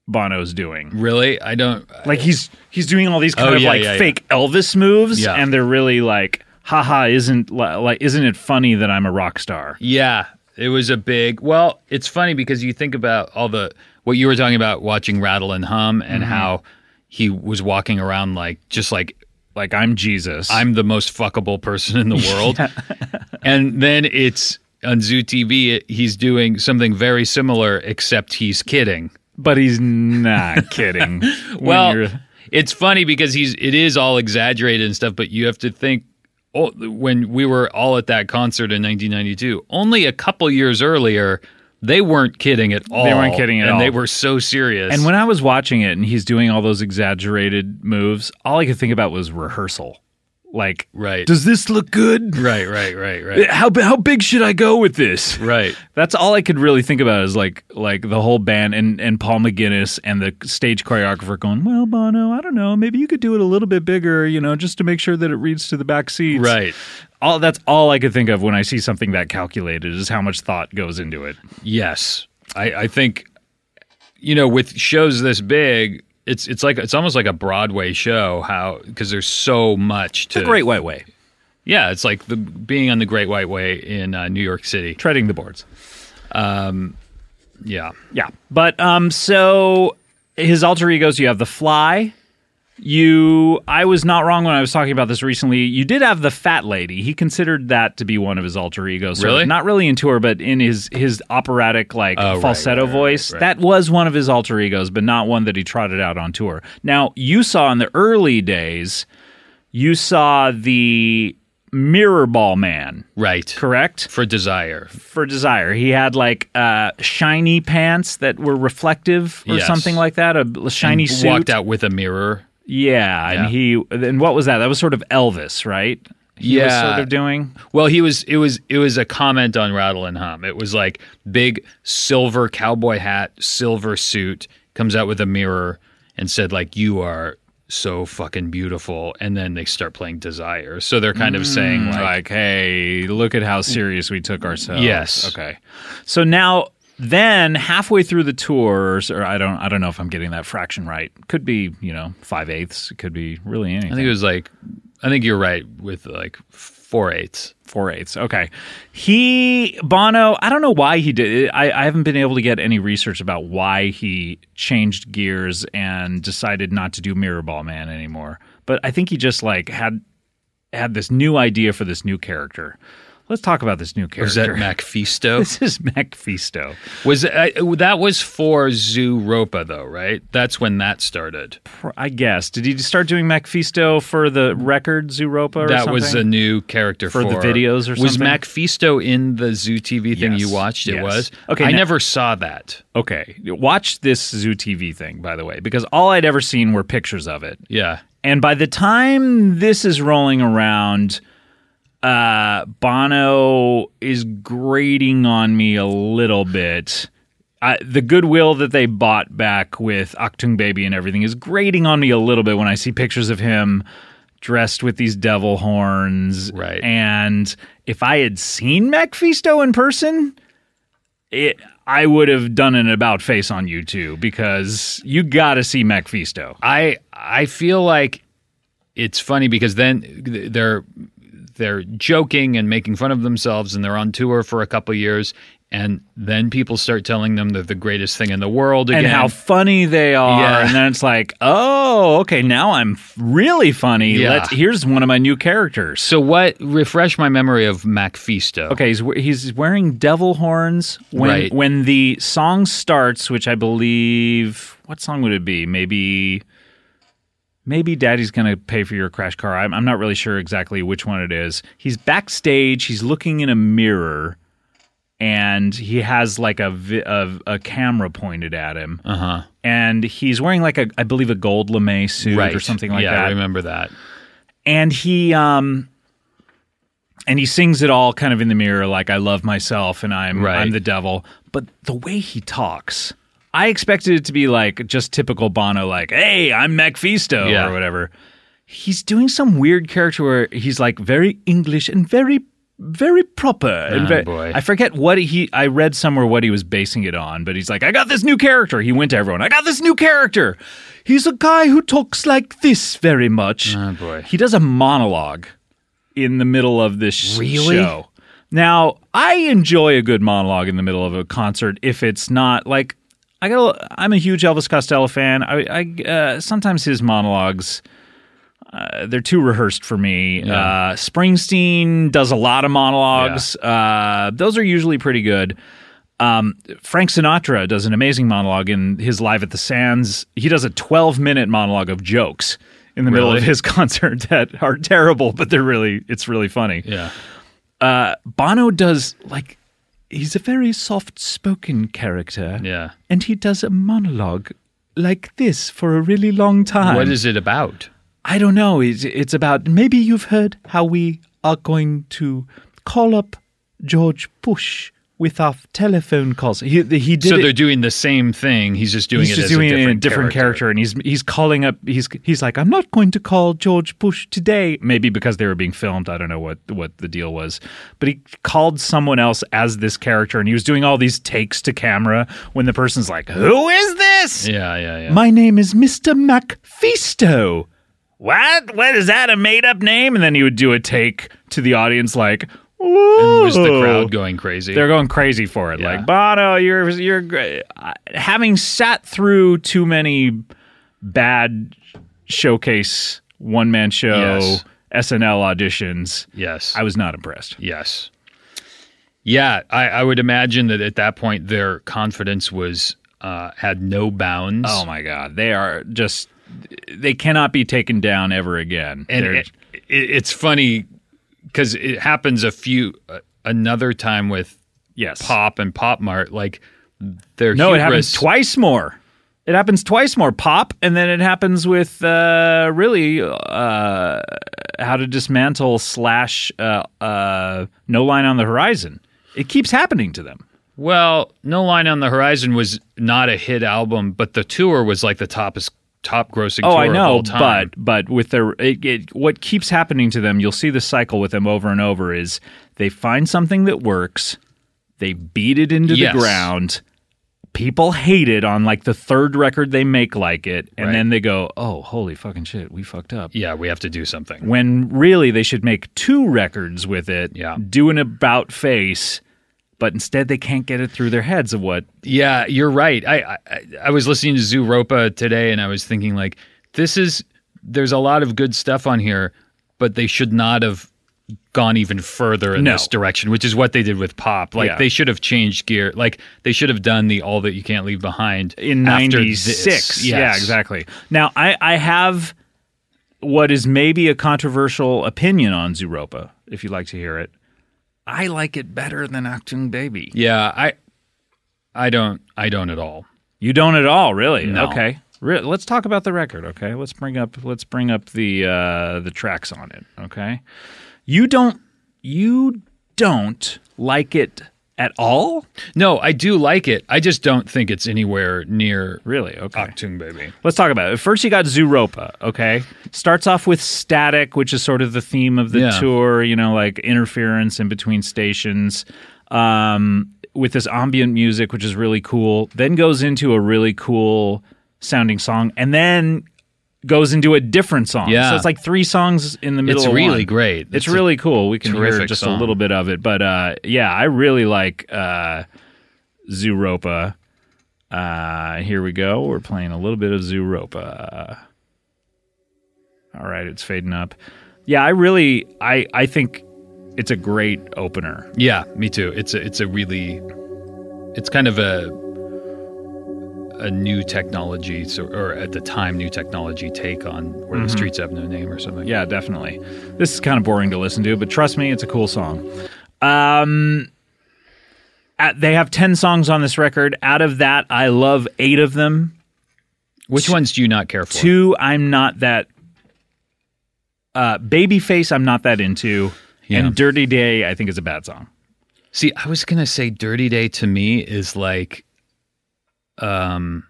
S1: Bono's doing.
S2: Really? I don't.
S1: Like he's he's doing all these kind
S2: Oh,
S1: of
S2: yeah,
S1: like
S2: yeah, yeah.
S1: fake Elvis moves,
S2: Yeah.
S1: and they're really like, haha, isn't li- like isn't it funny that I'm a rock star?
S2: Yeah, it was a big. Well, it's funny because you think about all the what you were talking about watching Rattle and Hum and how he was walking around like just like
S1: Like I'm Jesus.
S2: I'm the most fuckable person in the world. and then it's on Zoo TV, it, he's doing something very similar, except he's kidding.
S1: but he's not kidding. When
S2: Well,
S1: you're-
S2: it's funny because he's it is all exaggerated and stuff, but you have to think. Oh, when we were all at that concert in 1992, only a couple years earlier, they weren't kidding at all.
S1: weren't kidding at
S2: and
S1: all.
S2: they were so serious.
S1: and when I was watching it, and he's doing all those exaggerated moves, all I could think about was rehearsal. Like,
S2: Right.
S1: Does this look good?
S2: right, right, right, right,
S1: How how big should I go with this?
S2: right.
S1: That's all I could really think about is like like the whole band and and Paul McGinnis and the stage choreographer going, well, Bono, I don't know, maybe you could do it a little bit bigger, you know, just to make sure that it reads to the back seats.
S2: Right.
S1: All that's all I could think of when I see something that calculated is how much thought goes into it.
S2: Yes, I, I think you know with shows this big, it's it's like it's almost like a Broadway show. How because there's so much to
S1: White Way,
S2: Yeah, it's like the being on the Great White Way in uh, New York City.
S1: treading the boards.
S2: Yeah,
S1: Yeah. But um so his alter egos you have the fly. You I was not wrong when I was talking about this recently. You did have the fat lady. He considered that to be one of his alter egos. sort of.
S2: Really?
S1: Not really in tour, but in his his operatic like
S2: Oh, right,
S1: falsetto
S2: right, right,
S1: voice.
S2: right.
S1: That was one of his alter egos, but not one that he trotted out on tour. Now, you saw in the early days, you saw the mirror ball man,
S2: right.
S1: correct?
S2: For desire,
S1: for desire. He had like uh, shiny pants that were reflective or
S2: Yes.
S1: something like that. A bl- shiny suit.
S2: walked out with a mirror.
S1: Yeah, and he and what was that? That was sort of Elvis, right? He was
S2: Yeah.
S1: sort of doing.
S2: Well, he was. It was. It was a comment on Rattle and Hum. It was like big silver cowboy hat, silver suit, comes out with a mirror and said like, "You are so fucking beautiful." And then they start playing Desire. So they're kind of saying like,
S1: Like, hey, look at how serious we took ourselves.
S2: Yes.
S1: Okay. So now, then halfway through the tours, or I don't, I don't know if I'm getting that fraction right. Could be, you know, five eighths. It could be really anything.
S2: I think it was like, I think you're right with like four eighths.
S1: four eighths. Okay, he Bono. I don't know why he did. It. I I haven't been able to get any research about why he changed gears and decided not to do Mirrorball Man anymore. But I think he just like had had this new idea for this new character. Let's talk about this new character.
S2: Was that Macfisto?
S1: this is Mephisto.
S2: Was I, that was for Zoo Ropa though, right? That's when that started.
S1: I guess. Did he start doing Mephisto for the record Zuropa? Or
S2: that
S1: something?
S2: was a new character
S1: For
S2: for,
S1: the videos or
S2: was
S1: something?
S2: Macfisto in the Zoo TV thing
S1: Yes.
S2: you watched? It
S1: Yes.
S2: was.
S1: Okay,
S2: I
S1: now-
S2: never saw that.
S1: okay. Watch this Zoo TV thing, by the way, because all I'd ever seen were pictures of it.
S2: Yeah,
S1: And by the time this is rolling around, uh, Bono is grating on me a little bit. I, the goodwill that they bought back with Octung Baby and everything is grating on me a little bit when I see pictures of him dressed with these devil horns.
S2: Right.
S1: And if I had seen Macfisto in person, it, I would have done an about face on you two because you got to see Macfisto.
S2: I I feel like it's funny because then they're they're joking and making fun of themselves, and they're on tour for a couple years, and then people start telling them they're the greatest thing in the world again.
S1: and how funny they are.
S2: Yeah.
S1: And then it's like, oh, okay, now I'm f- really funny.
S2: Yeah.
S1: Let's, here's one of my new characters.
S2: so what? Refresh my memory of Macfisto.
S1: Okay, he's, we- he's wearing devil horns when
S2: Right.
S1: when the song starts, which I believe what song would it be? Maybe maybe Daddy's gonna pay for your crash car. I'm, I'm not really sure exactly which one it is. He's backstage. He's looking in a mirror, and he has like a vi- a, a camera pointed at him. Uh huh.
S2: Uh-huh.
S1: And he's wearing like a I believe a gold lame suit
S2: right
S1: or something like
S2: yeah,
S1: that
S2: I remember that.
S1: and he um and he sings it all kind of in the mirror like i love myself and i'm
S2: Right.
S1: i'm the devil but the way he talks i expected it to be like just typical bono like hey i'm mephisto
S2: Yeah.
S1: or whatever he's doing some weird character where he's like very english and very very proper. and
S2: Ah,
S1: ve-
S2: boy.
S1: I forget what he. I read somewhere what he was basing it on, but he's like, I got this new character. He went to everyone. I got this new character. He's a guy who talks like this very much.
S2: Oh, boy.
S1: He does a monologue in the middle of this sh-
S2: Really?
S1: show. Now, I enjoy a good monologue in the middle of a concert if it's not like I got. a- I'm a huge Elvis Costello fan. I, I uh, sometimes his monologues uh, they're too rehearsed for me. Uh, Springsteen does a lot of monologues. Uh, those are usually pretty good. Um, Frank Sinatra does an amazing monologue in his Live at the Sands. He does a 12 minute monologue of jokes in the middle of
S2: Really?
S1: his concert that are terrible, but they're really, it's really funny.
S2: Yeah.
S1: Bono does like, he's a very soft spoken character.
S2: Yeah.
S1: And he does a monologue like this for a really long time.
S2: What is it about?
S1: I don't know. It's, it's about maybe you've heard how we are going to call up George Bush with our telephone calls. He, he did
S2: so
S1: it-
S2: they're doing the same thing. He's just doing
S1: he's
S2: it
S1: just
S2: as
S1: doing
S2: a
S1: it
S2: different
S1: in a different
S2: character.
S1: character. and he's he's calling up. He's he's like, I'm not going to call George Bush today. Maybe because they were being filmed. I don't know what what the deal was, but he called someone else as this character, and he was doing all these takes to camera when the person's like, Who is this?
S2: Yeah, yeah, yeah.
S1: My name is Mr. MacFisto. What? What is that? A made up name? And then he would do a take to the audience like, Ooh.
S2: was the crowd going crazy?
S1: They're going crazy for it. Like, Bono, you're, you're great. I- Having sat through too many bad showcase one man show
S2: Yes.
S1: SNL auditions,
S2: yes.
S1: I was not impressed.
S2: Yes. Yeah, I, I would imagine that at that point their confidence was uh, had no bounds.
S1: Oh my God. They are just, they cannot be taken down ever again.
S2: and
S1: They're-
S2: it, it, it's funny because it happens a few uh, another time with
S1: yes.
S2: Pop and Pop Mart. Like their
S1: No, it
S2: hubris-
S1: happens twice more. It happens twice more. Pop, and then it happens with uh, really uh, how to dismantle slash uh, uh, no line on the horizon. It keeps happening to them.
S2: Well, No Line on the Horizon was not a hit album, but the tour was like the topest top grossing.
S1: Oh,
S2: tour
S1: I
S2: of
S1: know,
S2: all time.
S1: but but with their it, it, what keeps happening to them, you'll see the cycle with them over and over is they find something that works, they beat it into
S2: Yes.
S1: the ground. People hate it on like the third record they make like it, and
S2: Right.
S1: then they go, "Oh, holy fucking shit, we fucked up."
S2: yeah, we have to do something.
S1: when really they should make two records with it,
S2: Yeah.
S1: do an about face, but instead they can't get it through their heads of what.
S2: Yeah, you're right. I, I I was listening to Zoo Ropa today, and I was thinking like, this is there's a lot of good stuff on here, but they should not have gone even further in
S1: No.
S2: this direction, which is what they did with pop. Like
S1: Yeah.
S2: they should have changed gear. Like they should have done the all that you can't leave behind
S1: In
S2: after this.
S1: 96. Yeah,
S2: Yes.
S1: exactly. Now, I, I have what is maybe a controversial opinion on Zuropa, if you'd like to hear it. I like it better than Acting Baby.
S2: Yeah, I I don't I don't at all.
S1: You don't at all, really?
S2: No.
S1: Okay. Re- let's talk about the record, okay? Let's bring up let's bring up the uh the tracks on it, okay? You don't you don't like it at all?
S2: No, I do like it. I just don't think it's anywhere near
S1: Really? Okay.
S2: Octung Baby.
S1: Let's talk about it. First, you got Zuropa, okay? Starts off with Static, which is sort of the theme of the
S2: Yeah.
S1: tour, you know, like interference in between stations, um, with this ambient music, which is really cool. Then goes into a really cool sounding song, and then goes into a different song.
S2: Yeah.
S1: So it's like three songs in the middle
S2: It's
S1: of one.
S2: really great.
S1: It's,
S2: It's a
S1: really cool. We can hear
S2: terrific
S1: just a
S2: song.
S1: little bit of it. But uh, yeah, I really like uh, Zuropa. Uh, here we go. We're playing a little bit of Zuropa. All right, it's fading up. Yeah, I really, I, I think it's a great opener.
S2: Yeah, me too. It's a it's a really it's kind of a a new technology so, or at the time new technology take on where the streets have no name or something.
S1: Mm-hmm. Yeah, definitely. This is kind of boring to listen to, but trust me, it's a cool song. Um, at, they have ten songs on this record. Out of that, I love eight of them.
S2: Which ones do you not care for?
S1: Two, I'm not that. Uh, Babyface, I'm not that into.
S2: Yeah.
S1: And Dirty Day, I think is a bad song.
S2: See, I was going to say Dirty Day to me is like um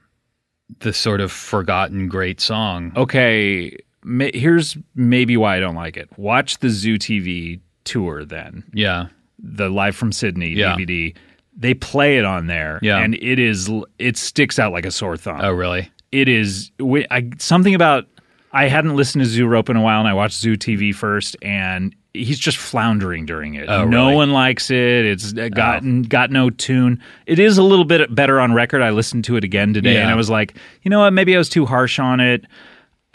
S2: the sort of forgotten great song.
S1: Oh. Okay, ma- here's maybe why I don't like it. Watch the Zoo TV tour then
S2: Yeah.
S1: the live from sydney
S2: Yeah.
S1: dvd they play it on there
S2: Yeah.
S1: and it is l- it sticks out like a sore thumb
S2: Oh, really?
S1: it is wi- I, something about i hadn't listened to zoo rope in a while and i watched zoo tv first and he's just floundering during it
S2: Oh,
S1: no
S2: really? Oh.
S1: one likes it it's gotten got no tune it is a little bit better on record i listened to it again today and
S2: Yeah.
S1: i was like you know what maybe i was too harsh on it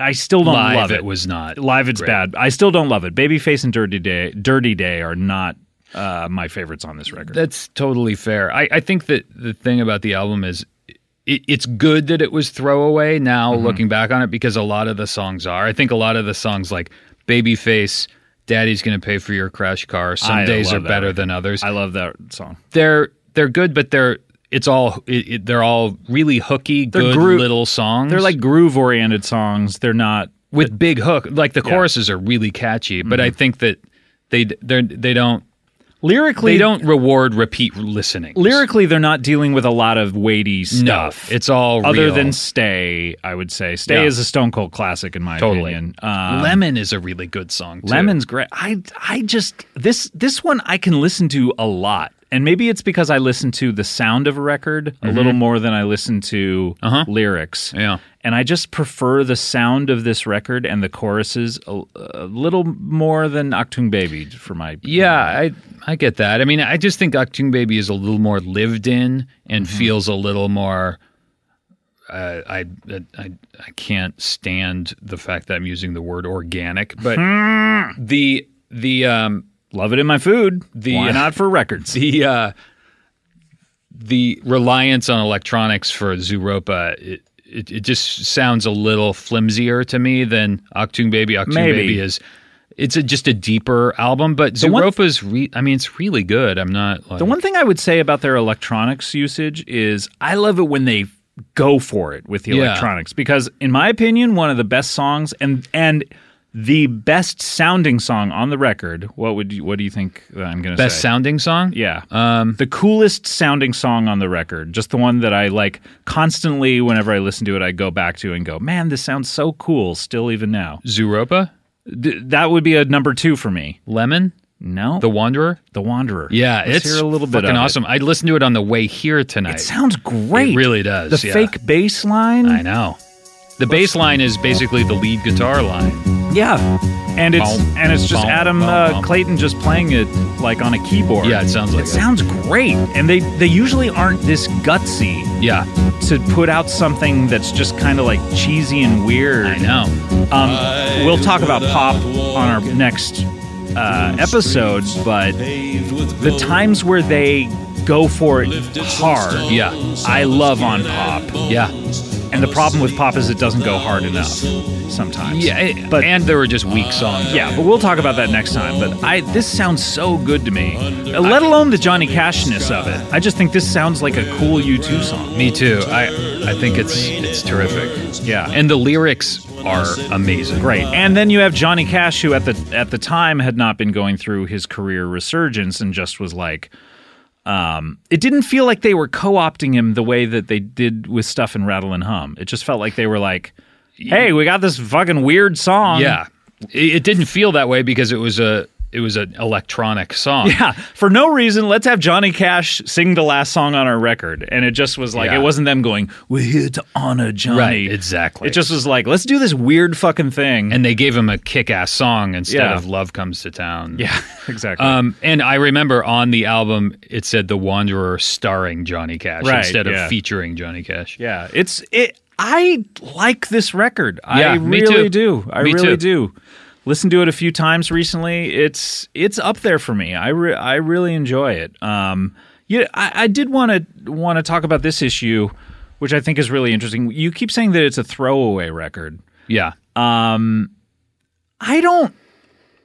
S1: i still don't
S2: Live,
S1: love
S2: it.
S1: it,
S2: was not.
S1: live it's
S2: great.
S1: bad i still don't love it babyface and dirty day dirty day are not uh, my favorites on this record
S2: That's totally fair. I, I think that the thing about the album is it, it's good that it was throwaway now
S1: Mm-hmm.
S2: looking back on it because a lot of the songs are. I think a lot of the songs like Babyface, Daddy's Gonna Pay for Your Crash Car, Some
S1: I
S2: Days
S1: love
S2: Are
S1: that
S2: Better
S1: record.
S2: Than Others.
S1: i love that song
S2: they're they're good, but they're it's all it, it, they're all really hooky, good
S1: gro-
S2: little songs.
S1: they're like groove oriented songs they're not
S2: with big hook. Like the choruses are really catchy, but
S1: Mm-hmm.
S2: I think that they they they don't
S1: lyrically
S2: they don't reward repeat listening.
S1: lyrically they're not dealing with a lot of weighty stuff.
S2: No, it's all
S1: other
S2: real.
S1: than Stay, I would say. Stay
S2: Yeah.
S1: is a Stone Cold classic in my
S2: Totally.
S1: opinion. Um,
S2: Lemon is a really good song. Too.
S1: Lemon's great. I I just this this one I can listen to a lot. And maybe it's because I listen to the sound of a record a little more than I listen to
S2: Mm-hmm. Uh-huh.
S1: lyrics.
S2: Yeah.
S1: And I just prefer the sound of this record and the choruses a, a little more than Octung Baby for my
S2: Yeah, I I get that. I mean, I just think Octung Baby is a little more lived in and feels a little more. Uh, I, I I can't stand the fact that I'm using the word organic, but the the um
S1: Love it in my food.
S2: The-
S1: Why not for records?
S2: the uh, the reliance on electronics for Zuropa, it, it it just sounds a little flimsier to me than Octung Baby. Octung
S1: Maybe.
S2: Baby is it's a, just a deeper album, but
S1: one-
S2: Zuropa's re, I mean it's really good. I'm not like
S1: The one thing I would say about their electronics usage is I love it when they go for it with the
S2: Yeah.
S1: electronics because in my opinion one of the best songs and and the best sounding song on the record what would you, what do you think that I'm going to say
S2: best Um, sounding song.
S1: yeah the coolest sounding song on the record just the one that I like constantly whenever I listen to it I go back to and go man this sounds so cool still even now
S2: Zuropa,
S1: Th- that would be a number 2 for me
S2: Lemon,
S1: no
S2: The Wanderer.
S1: the wanderer
S2: Yeah,
S1: Let's
S2: it's
S1: hear a little bit
S2: fucking
S1: of it.
S2: awesome. I listened to it on the way here tonight.
S1: It sounds great.
S2: It really does,
S1: The
S2: yeah.
S1: fake bass line.
S2: I know. The bass line is basically the lead guitar line.
S1: Yeah. And it's
S2: Bum,
S1: and it's just
S2: bum,
S1: Adam
S2: bum,
S1: uh,
S2: bum.
S1: Clayton just playing it like on a keyboard.
S2: Yeah, it sounds like
S1: it
S2: it.
S1: sounds great. And they they usually aren't this gutsy
S2: Yeah,
S1: to put out something that's just kind of like cheesy and weird.
S2: I know.
S1: Um, we'll talk about pop on our next uh, episode, but the times where they go for it hard,
S2: Yeah.
S1: I love on pop.
S2: Yeah.
S1: And the problem with pop is it doesn't go hard enough sometimes.
S2: Yeah, it-
S1: but
S2: and there were just weak songs.
S1: yeah, but we'll talk about that next time. But I this sounds so good to me. Uh, Let alone the Johnny Cashness of it. I just think this sounds like a cool U2 song.
S2: me too. I I think it's it's terrific.
S1: Yeah. And
S2: And the lyrics are amazing.
S1: great. And then you have Johnny Cash who at the at the time had not been going through his career resurgence and just was like um, it didn't feel like they were co-opting him the way that they did with stuff in Rattle and Hum. It just felt like they were like, "Hey, we got this fucking weird song.
S2: Yeah, it, it didn't feel that way because it was a it was an electronic song.
S1: Yeah, for no reason, let's have Johnny Cash sing the last song on our record. And it just was like,
S2: Yeah.
S1: it wasn't them going, we're here to honor Johnny.
S2: Right, exactly.
S1: It just was like, let's do this weird fucking thing.
S2: and they gave him a kick ass song instead
S1: Yeah.
S2: of Love Comes to Town.
S1: yeah, exactly.
S2: Um, and I remember on the album it said The Wanderer starring Johnny Cash
S1: Right,
S2: instead of
S1: yeah.
S2: featuring Johnny Cash.
S1: yeah, it's, it, I like this record. I
S2: Yeah, me
S1: really
S2: too.
S1: do. I
S2: Me
S1: really
S2: too.
S1: do. Listen to it a few times recently. It's, it's up there for me. I, re- I really enjoy it. Um, yeah, I, I did want to, want to talk about this issue, which I think is really interesting. You keep saying that it's a throwaway record.
S2: Yeah.
S1: I don't.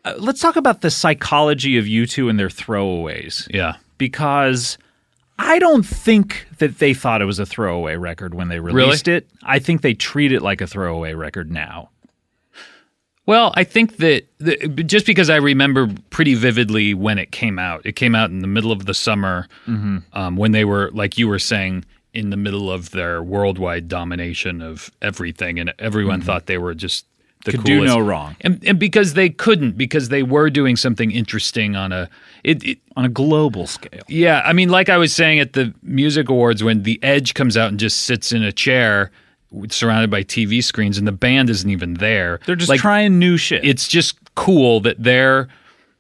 S1: Uh, let's talk about the psychology of U2 and their throwaways
S2: Yeah.
S1: because I don't think that they thought it was a throwaway record when they released it. I think they treat it like a throwaway record now.
S2: Well, I think that the, just because I remember pretty vividly when it came out, it came out in the middle of the summer
S1: Mm-hmm.
S2: um, when they were, like you were saying, in the middle of their worldwide domination of everything, and everyone thought they were just the
S1: Mm-hmm. Could do
S2: coolest.
S1: no wrong.
S2: and, and because they couldn't because they were doing something interesting on a it, it
S1: on a global scale.
S2: yeah, I mean, like I was saying at the music awards, when The Edge comes out and just sits in a chair surrounded by TV screens, and the band isn't even there.
S1: They're just
S2: like,
S1: trying new shit.
S2: It's just cool that they're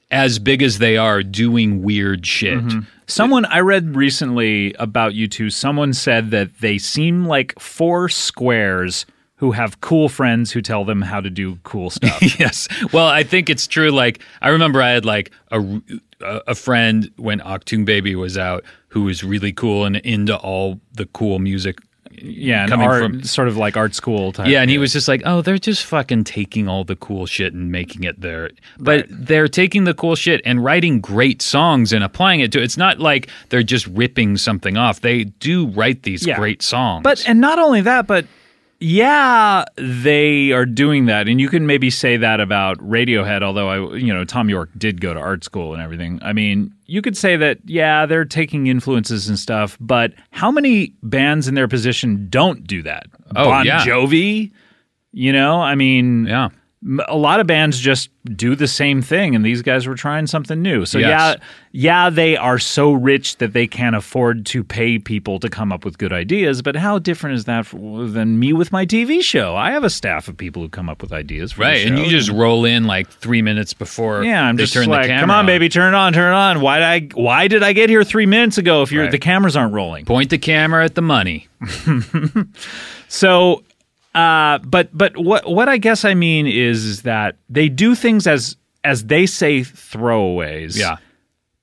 S2: as big as they are doing weird shit.
S1: Mm-hmm. Someone I read recently about you two, someone said that they seem like four squares who have cool friends who tell them how to do cool stuff.
S2: yes. Well, I think it's true. Like I remember, I had like a a a friend when Octoon Baby was out who was really cool and into all the cool music.
S1: yeah, and
S2: coming
S1: art,
S2: from
S1: sort of like art school type.
S2: Yeah, and he was just like, "Oh, they're just fucking taking all the cool shit and making it their." But they're taking the cool shit and writing great songs and applying it to. It's not like they're just ripping something off. They do write these
S1: Yeah.
S2: great songs.
S1: But and not only that, but yeah, they are doing that, and you can maybe say that about Radiohead. Although I, you know, Tom York did go to art school and everything. I mean, you could say that yeah, they're taking influences and stuff. But how many bands in their position don't do that?
S2: Oh,
S1: bon
S2: yeah.
S1: Jovi, you know, I mean,
S2: yeah,
S1: m- a lot of bands just do the same thing and these guys were trying something new so
S2: Yes.
S1: yeah yeah they are so rich that they can't afford to pay people to come up with good ideas but how different is that f than me with my tv show i have a staff of people who come up with ideas for the
S2: right. And you
S1: show.
S2: just roll in like three minutes before.
S1: yeah, I'm
S2: they
S1: just
S2: turn the
S1: like,
S2: camera
S1: come on, baby, turn it on, turn it on. Why did I? Why did I get here three minutes ago? If you're
S2: Right.
S1: the cameras aren't rolling,
S2: Point the camera at the money.
S1: So, uh, but but what what I guess I mean is, is that they do things as as they say throwaways.
S2: Yeah.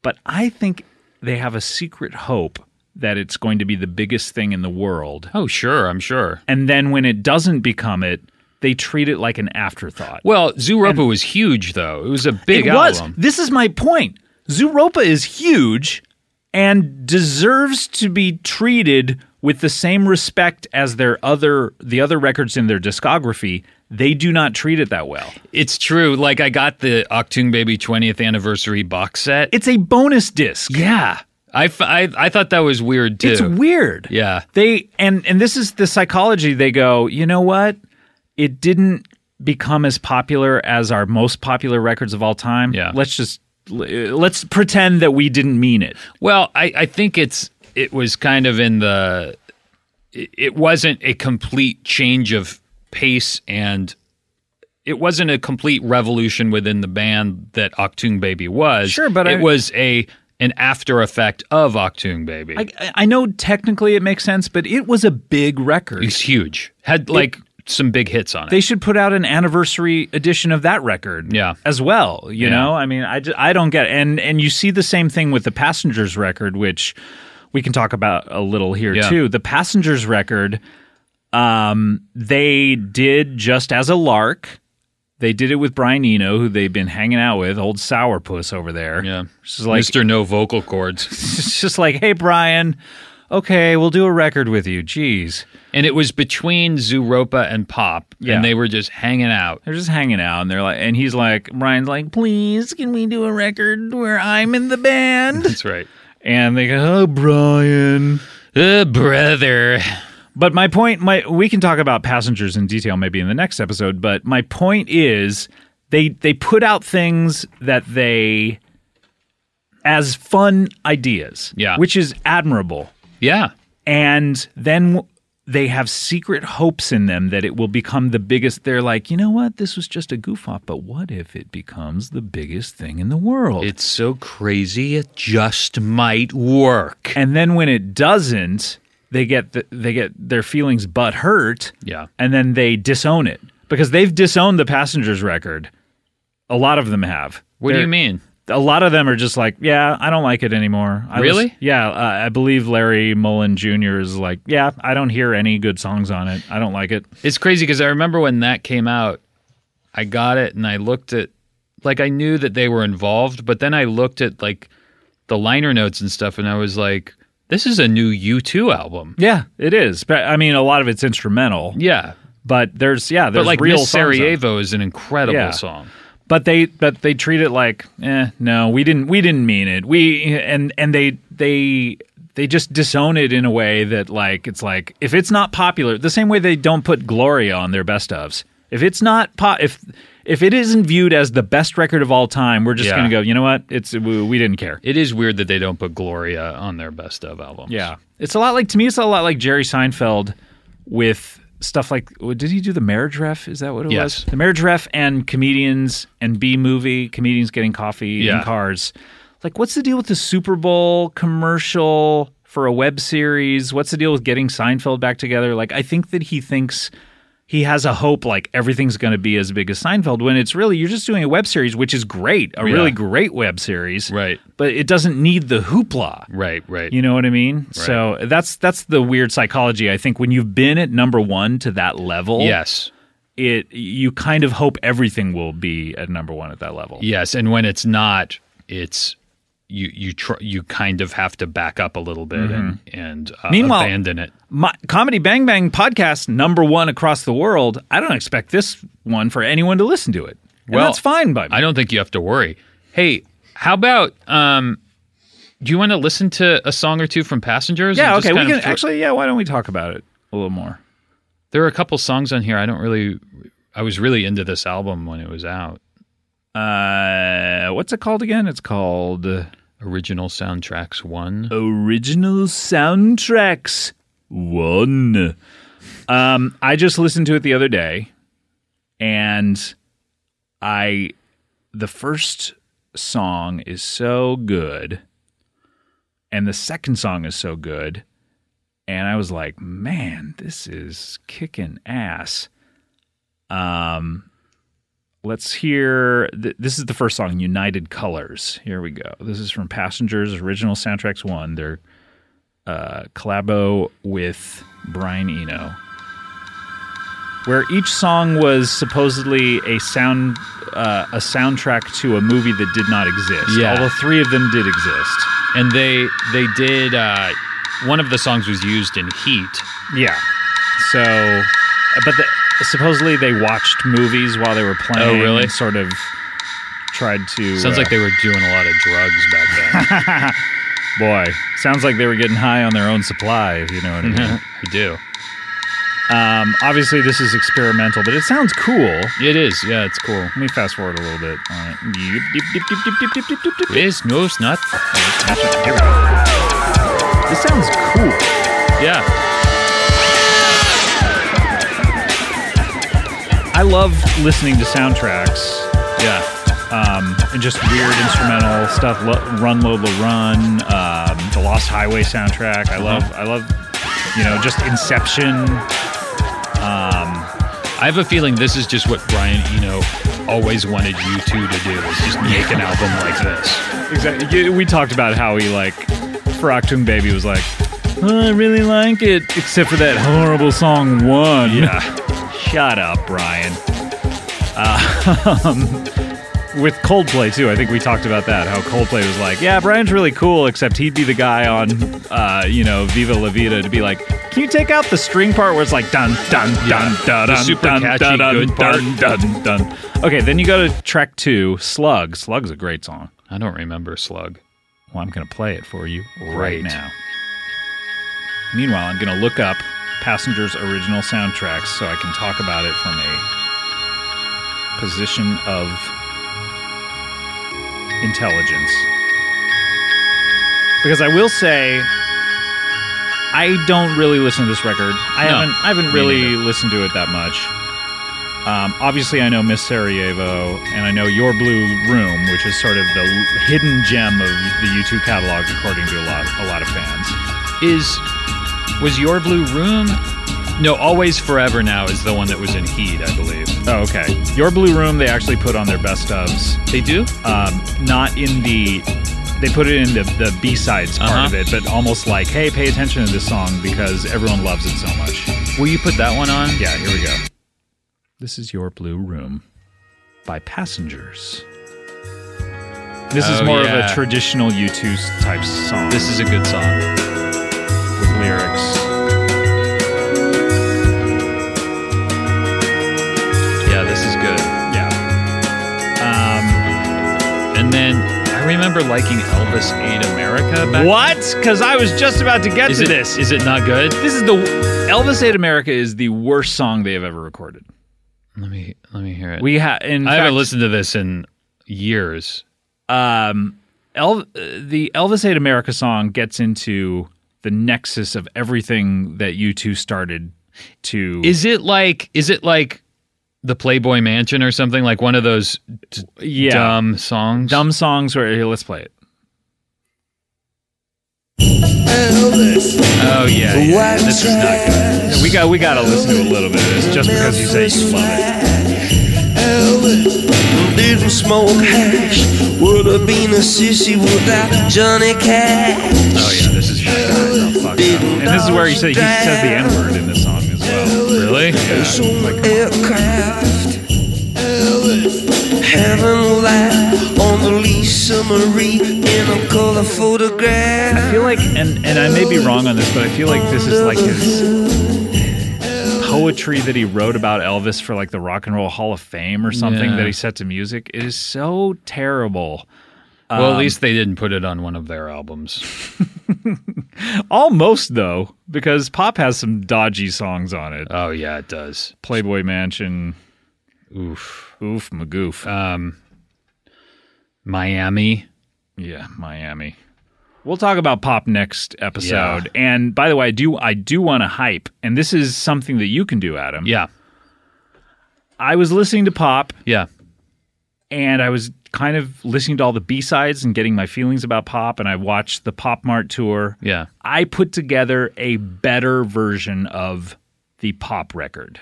S1: But I think they have a secret hope that it's going to be the biggest thing in the world,
S2: Oh, sure. I'm sure.
S1: and then when it doesn't become it, they treat it like an afterthought.
S2: Well, Zooropa was huge though. It was a big
S1: it was.
S2: album.
S1: This is my point. Zuropa is huge and deserves to be treated with the same respect as their other the other records in their discography. They do not treat it that well.
S2: It's true. Like I got the Octoon Baby 20th anniversary box set.
S1: It's a bonus disc.
S2: Yeah. I, f- I, I thought that was weird too.
S1: It's weird.
S2: Yeah.
S1: They and and this is the psychology they go, you know what? It didn't become as popular as our most popular records of all time.
S2: Yeah.
S1: Let's just let's pretend that we didn't mean it.
S2: Well, I, I think it's it was kind of in the it, it wasn't a complete change of pace and it wasn't a complete revolution within the band that Octoon Baby was.
S1: Sure, but
S2: it
S1: I-
S2: was a an after effect of Octoon Baby.
S1: I, I know technically it makes sense, but it was a big record.
S2: it's huge. Had like some big hits on it.
S1: They should put out an anniversary edition of that record,
S2: Yeah.
S1: as well. You
S2: Yeah.
S1: know, I mean, I, ju- I don't get, it. and and you see the same thing with the Passengers record, which we can talk about a little here
S2: Yeah.
S1: too. The Passengers record, um, they did just as a lark. They did it with Brian Eno, who they've been hanging out with, old sourpuss over there.
S2: yeah.
S1: she's like,
S2: Mr. No vocal cords.
S1: it's just like, hey, Brian, okay, we'll do a record with you. Jeez.
S2: and it was between Zuropa and Pop
S1: Yeah.
S2: and they were just hanging out.
S1: They're just hanging out, and they're like, and he's like, Brian's like, please, can we do a record where I'm in the band?
S2: That's right.
S1: and they go, oh, Brian.
S2: Uh, brother.
S1: But my point, my we can talk about passengers in detail maybe in the next episode. But my point is, they they put out things that they as fun ideas,
S2: Yeah.
S1: which is admirable.
S2: Yeah.
S1: and then w- they have secret hopes in them that it will become the biggest. They're like, you know what? This was just a goof off, but what if it becomes the biggest thing in the world?
S2: It's so crazy, it just might work.
S1: and then when it doesn't, they get the, they get their feelings butt hurt.
S2: Yeah.
S1: and then they disown it because they've disowned the passengers record. A lot of them have.
S2: What do
S1: They're-
S2: you mean?
S1: a lot of them are just like, yeah, I don't like it anymore. I
S2: Really?
S1: lis- yeah, uh, I believe Larry Mullen Jr. is like, yeah, I don't hear any good songs on it. I don't like it.
S2: It's crazy because I remember when that came out, I got it and I looked at, like, I knew that they were involved, but then I looked at, like, the liner notes and stuff and I was like, this is a new U2 album.
S1: Yeah, it is. But I mean, a lot of it's instrumental,
S2: Yeah.
S1: but there's yeah, there's
S2: But, like,
S1: real
S2: Miss
S1: songs on it.
S2: Sarajevo is an incredible
S1: Yeah.
S2: song.
S1: But they but they treat it like, eh, no, we didn't we didn't mean it. We and and they they they just disown it in a way that like it's like if it's not popular, the same way they don't put Gloria on their best ofs. If it's not po- if if it isn't viewed as the best record of all time, we're just
S2: Yeah.
S1: going to go, you know what? It's we, we didn't care.
S2: It is weird that they don't put Gloria on their best of album.
S1: Yeah. It's a lot like to me it's a lot like Jerry Seinfeld with stuff like what- did he do the marriage ref? Is that what it
S2: Yes.
S1: was? The marriage ref and comedians and B movie, comedians getting coffee in
S2: Yeah.
S1: cars. Like what's the deal with the Super Bowl commercial for a web series? What's the deal with getting Seinfeld back together? Like I think that he thinks he has a hope like everything's going to be as big as Seinfeld when it's really you're just doing a web series which is great, a really great web series.
S2: Right.
S1: But it doesn't need the hoopla.
S2: Right, right.
S1: You know what I mean? So that's that's the weird psychology. I think when you've been at number one to that level,
S2: yes.
S1: it you kind of hope everything will be at number one at that level.
S2: Yes, and when it's not, it's you you tr- you kind of have to back up a little bit and and uh,
S1: Mm-hmm. Meanwhile-
S2: abandon it.
S1: My comedy Bang Bang podcast number one across the world. I don't expect this one for anyone to listen to it. And
S2: Well,
S1: that's fine by me.
S2: I don't think you have to worry. Hey, how about um do you want to listen to a song or two from Passengers?
S1: yeah,
S2: and just
S1: okay. We
S2: kind
S1: can
S2: of throw-
S1: actually. Yeah, why don't we talk about it a little more?
S2: There are a couple songs on here I don't really I was really into this album when it was out.
S1: Uh, what's it called again? It's called uh,
S2: Original soundtracks 1.
S1: Original Soundtracks 1. Um, I just listened to it the other day and I the first song is so good and the second song is so good and I was like, "Man, this is kicking ass." Um let's hear th- this is the first song united colors here we go this is from passengers original soundtracks one they're uh collabo with brian eno where each song was supposedly a sound uh, a soundtrack to a movie that did not exist
S2: Yeah.
S1: although three of them did exist
S2: And they they did uh one of the songs was used in Heat.
S1: yeah so but the, supposedly they watched movies while they were playing
S2: Oh, really?
S1: and sort of tried to
S2: Sounds
S1: uh,
S2: like they were doing a lot of drugs back then.
S1: Boy, sounds like they were getting high on their own supply, if you know what I mean.
S2: I do.
S1: um, obviously, this is experimental, but it sounds cool. Let
S2: It is. Yeah, it's cool.
S1: me fast forward a little bit on it. Yip, dip, dip, dip, dip, dip, dip, dip, dip, dip.
S2: This knows not.
S1: This sounds cool.
S2: Yeah.
S1: I love listening to soundtracks
S2: Yeah.
S1: and just weird instrumental stuff. Lo- Run Lola Run, um, the Lost Highway soundtrack. I love, I love, you know, just Inception.
S2: I have a feeling this is just what Brian Eno always wanted you two to do is just make an album like this.
S1: Exactly. We talked about how he like for Octoon Baby was like, "Oh, I really like it, except for that horrible song one. Yeah. Shut up, Brian. Uh, with Coldplay too, I think we talked about that. How Coldplay was like, yeah, Brian's really cool, except he'd be the guy on, uh, you know, Viva La Vida to be like, can you take out the string part where it's like dun dun dun
S2: Yeah.
S1: dun
S2: The
S1: dun
S2: super
S1: dun
S2: catchy
S1: dun dun
S2: good part.
S1: dun dun dun. Okay, then you go to track two, Slug. Slug's a great song.
S2: I don't remember Slug.
S1: Well, I'm going to play it for you right,
S2: Right.
S1: now. Meanwhile, I'm going to look up Passenger's original soundtracks so I can talk about it from a position of intelligence. Because I will say, I don't really listen to this record. I
S2: No,
S1: haven't. I haven't
S2: me
S1: really
S2: neither.
S1: listened to it that much. Um, obviously, I know Miss Sarajevo, and I know Your Blue Room, which is sort of the l- hidden gem of the U2 catalog, according to a lot a lot of fans.
S2: Is was your blue room? No, always forever now is the one that was in Heat, I believe.
S1: Oh, okay. Your Blue Room, they actually put on their best ofs.
S2: They do.
S1: um, not in the they put it in the, the b-sides part
S2: Uh-huh.
S1: of it but almost like hey pay attention to this song because everyone loves it so much
S2: Will you put that one on?
S1: yeah here we go this is your blue room by passengers this is
S2: Oh,
S1: more of
S2: yeah.
S1: a traditional u2 s- type song
S2: This is a good song.
S1: with lyrics
S2: Yeah, this is good.
S1: yeah um,
S2: And then I remember liking Elvis Aid America. Back
S1: what because i was just about to get
S2: Is
S1: to
S2: it,
S1: this
S2: is it not good?
S1: this is the elvis aid america is the worst song they have ever recorded
S2: Let me let me hear it.
S1: We have, in
S2: I
S1: fact,
S2: haven't listened to this in years.
S1: um, El- uh, the Elvis Aid America song gets into the nexus of everything that you two started to.
S2: Is it like is it like the Playboy Mansion or something like one of those d-
S1: yeah,
S2: dumb songs?
S1: dumb songs where here, let's play it.
S2: Oh yeah, yeah. This is not good.
S1: We got we got to listen to a little bit of this just because you say you love it.
S6: Didn't smoke hash. Would have been a sissy without Johnny Cash.
S2: Oh yeah, this is not good. Oh, fuck no.
S1: And this is where he, say, he says the N word in this song as well.
S2: Really? Yeah.
S6: Aircraft. Heaven light on the Lisa Marie in a color
S1: I
S6: photograph.
S1: feel like, and and I may be wrong on this, but I feel like this is like his poetry that he wrote about Elvis for like the Rock and Roll Hall of Fame or something
S2: Yeah.
S1: that he set to music. It is so terrible.
S2: Well, at least they didn't put it on one of their albums.
S1: Almost though, because pop has some dodgy songs on it.
S2: Oh yeah, it does.
S1: Playboy Mansion,
S2: Oof.
S1: oof magoof.
S2: Um, Miami.
S1: Yeah, Miami. We'll talk about pop next episode. And by the way, I do I do want to hype, and this is something that you can do, Adam.
S2: Yeah,
S1: I was listening to pop,
S2: yeah.
S1: and I was kind of listening to all the B sides and getting my feelings about pop, and I watched the Pop Mart tour.
S2: Yeah.
S1: I put together a better version of the pop record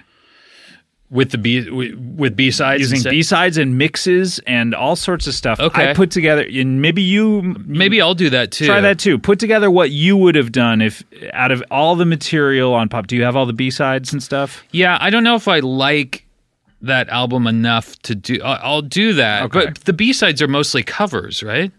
S2: With the B wi- with B sides
S1: using B sides and mixes and all sorts of stuff.
S2: Okay.
S1: I put together, and maybe you
S2: Maybe I'll do that too.
S1: Try that too. Put together what you would have done if out of all the material on pop. Do you have all the B sides and stuff?
S2: Yeah, I don't know if I like that album enough to do. I- I'll do that.
S1: Okay.
S2: But the B sides are mostly covers, right?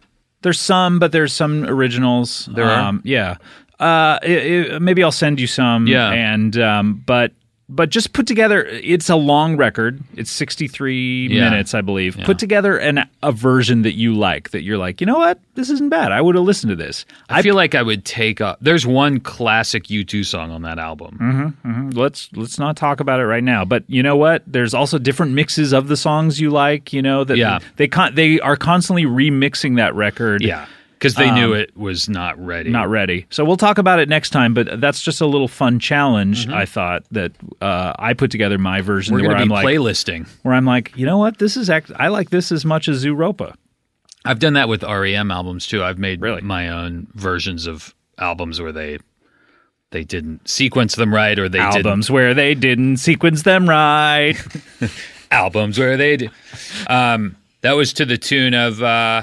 S1: There's some, but there's some originals. There
S2: are?
S1: yeah. Uh, i i maybe I'll send you some.
S2: Yeah.
S1: and um, but but just put together. It's a long record. It's 63
S2: Yeah.
S1: minutes, I believe. Put together an a version that you like. That you're like, you know what, this isn't bad. I would have listened to this.
S2: I, feel like I would take up. There's one classic U2 song on that album.
S1: Mm-hmm. let's let's not talk about it right now. But you know what? There's also different mixes of the songs you like. You know that
S2: Yeah.
S1: they con- they are constantly remixing that record.
S2: Yeah, because they knew it was not ready.
S1: Um, Not ready. So we'll talk about it next time, but that's just a little fun challenge. I thought that uh, I put together my version
S2: Mm-hmm. We're
S1: where
S2: going to
S1: I'm like,
S2: be playlisting.
S1: where I'm like, you know what? This is act- I like this as much as Europa.
S2: I've done that with REM albums too. I've made
S1: Really?
S2: my own versions of albums where they they didn't sequence them right, or they didn't
S1: Albums where they didn't sequence them right.
S2: albums where they d- um that was to the tune of uh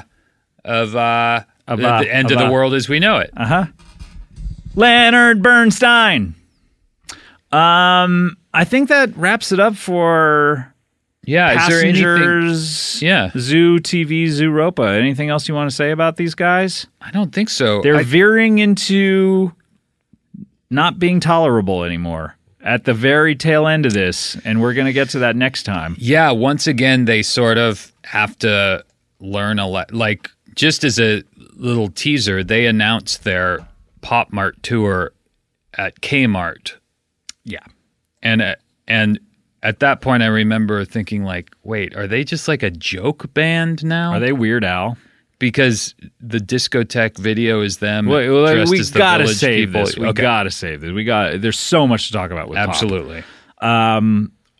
S2: of uh
S1: Of,
S2: the,
S1: uh,
S2: the end
S1: of,
S2: of the
S1: uh,
S2: world as we know it
S1: Leonard Bernstein. Um, I think that wraps it up for
S2: yeah is there anything
S1: passengers
S2: Yeah.
S1: zoo tv zoo ropa anything else you want to say about these guys
S2: i don't think so
S1: they're
S2: I-
S1: veering into not being tolerable anymore at the very tail end of this and we're going to get to that next time
S2: yeah once again they sort of have to learn a lot like just as a little teaser they announced their pop mart tour at kmart
S1: yeah
S2: and uh, and at that point i remember thinking like wait are they just like a joke band now
S1: are they weird al
S2: because the discotheque video is them
S1: Wait, wait,
S2: dressed
S1: we
S2: as the
S1: gotta
S2: village
S1: save
S2: people.
S1: this we
S2: Okay.
S1: gotta save this we got there's so much to talk about with Pop.
S2: absolutely.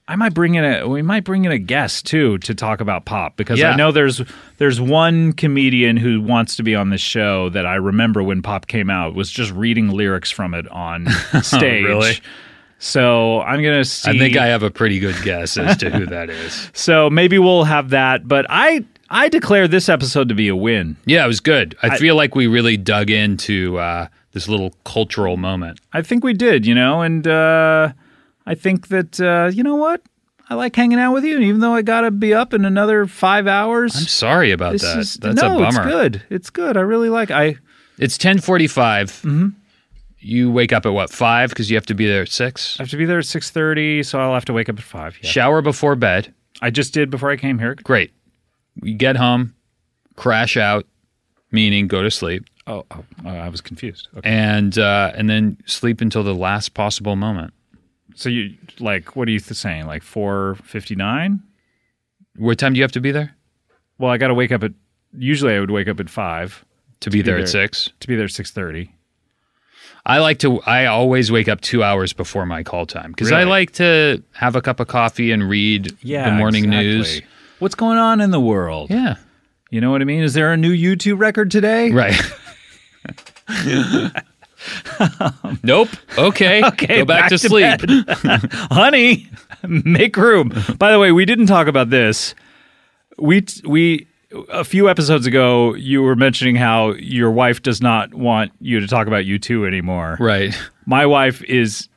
S1: I might bring in a we might bring in a guest too to talk about pop because I
S2: Yeah.
S1: know there's there's one comedian who wants to be on this show that I remember when pop came out was just reading lyrics from it on stage.
S2: Really?
S1: So I'm gonna see.
S2: I think I have a pretty good guess as to who that is.
S1: so maybe we'll have that. But I I declare this episode to be a win.
S2: Yeah, it was good. I, feel like we really dug into uh, this little cultural moment.
S1: I think we did, you know, and uh, I think that uh, you know what I like hanging out with you, and even though I gotta be up in another five hours.
S2: I'm sorry about
S1: this
S2: that.
S1: is
S2: That's
S1: no,
S2: a bummer.
S1: it's good. It's good. I really like. I
S2: It's 10:45.
S1: Mm-hmm.
S2: You wake up at what five because you have to be there at six.
S1: I have to be there at six thirty, so I'll have to wake up at five. Yeah.
S2: Shower before bed.
S1: I just did before I came here.
S2: Great. You get home, crash out, meaning go to sleep,
S1: Oh, oh, I was confused. Okay.
S2: and uh, and then sleep until the last possible moment.
S1: So you like what are you th- saying? Like four fifty nine?
S2: What time do you have to be there?
S1: Well, I got to wake up at. Usually, I would wake up at five
S2: To be,
S1: be
S2: there,
S1: there.
S2: at six.
S1: to be there at six thirty.
S2: I like to. I always wake up two hours before my call time because I
S1: Really?
S2: like to have a cup of coffee and read the morning news.
S1: What's going on in the world?
S2: Yeah,
S1: You know what I mean? Is there a new YouTube record today?
S2: right. nope. Okay.
S1: Okay,
S2: Go
S1: back
S2: back, to,
S1: to
S2: sleep.
S1: honey, make room. By the way, we didn't talk about this. We we a few episodes ago, you were mentioning how your wife does not want you to talk about you two anymore.
S2: Right.
S1: My wife is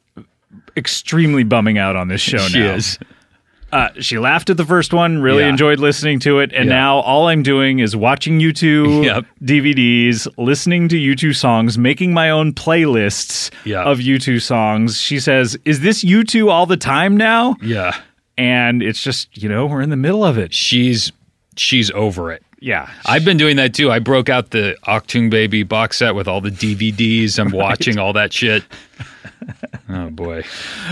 S1: extremely bumming out on this show
S2: She
S1: now.
S2: is.
S1: Uh, she laughed at the first one, really
S2: Yeah.
S1: enjoyed listening to it, and
S2: Yeah.
S1: now all I'm doing is watching you two
S2: Yep.
S1: DVDs, listening to you two songs, making my own playlists
S2: Yeah.
S1: of you two songs. She says, "Is this you two all the time now?"
S2: Yeah.
S1: and it's just you know we're in the middle of it.
S2: She's she's over it.
S1: Yeah,
S2: I've been doing that too. I broke out the Octung Baby box set with all the DVDs. I'm watching all that shit. Oh boy.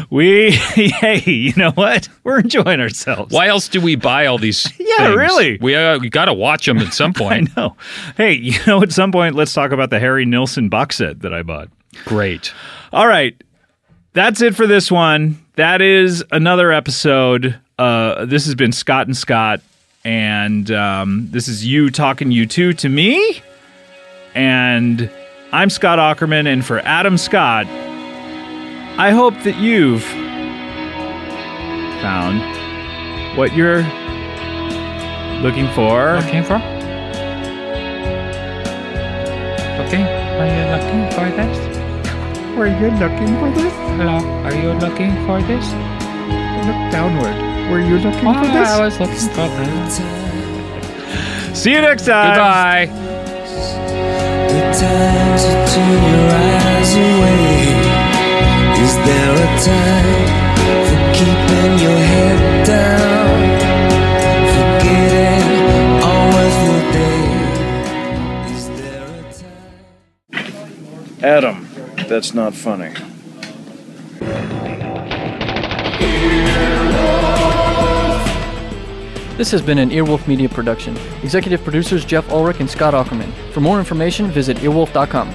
S1: we hey, you know what? We're enjoying ourselves.
S2: Why else do we buy all these?
S1: Yeah,
S2: things?
S1: really.
S2: We, uh, we got to watch them at some
S1: I
S2: point.
S1: know. Hey, you know, at some point, let's talk about the Harry Nilsson box set that I bought.
S2: Great.
S1: All right. That's it for this one. That is another episode. Uh, this has been Scott and Scott, and um, this is you talking you two to me. And I'm Scott Ackerman, and for Adam Scott, I hope that you've found what you're looking for.
S2: Looking for? Looking? Are you looking for this?
S1: Were you looking for this?
S2: Hello? Are you looking for this?
S1: Look downward. Were you looking
S2: was looking for this.
S1: See you next time.
S2: Goodbye.
S6: The time to turn your eyes away. Is there a time for keeping your head down? Forgetting all wonderful days. Is there a time?
S4: Adam, that's not funny.
S7: This has been an Earwolf Media production. Executive producers Jeff Ulrich and Scott Ackerman. For more information, visit earwolf.com.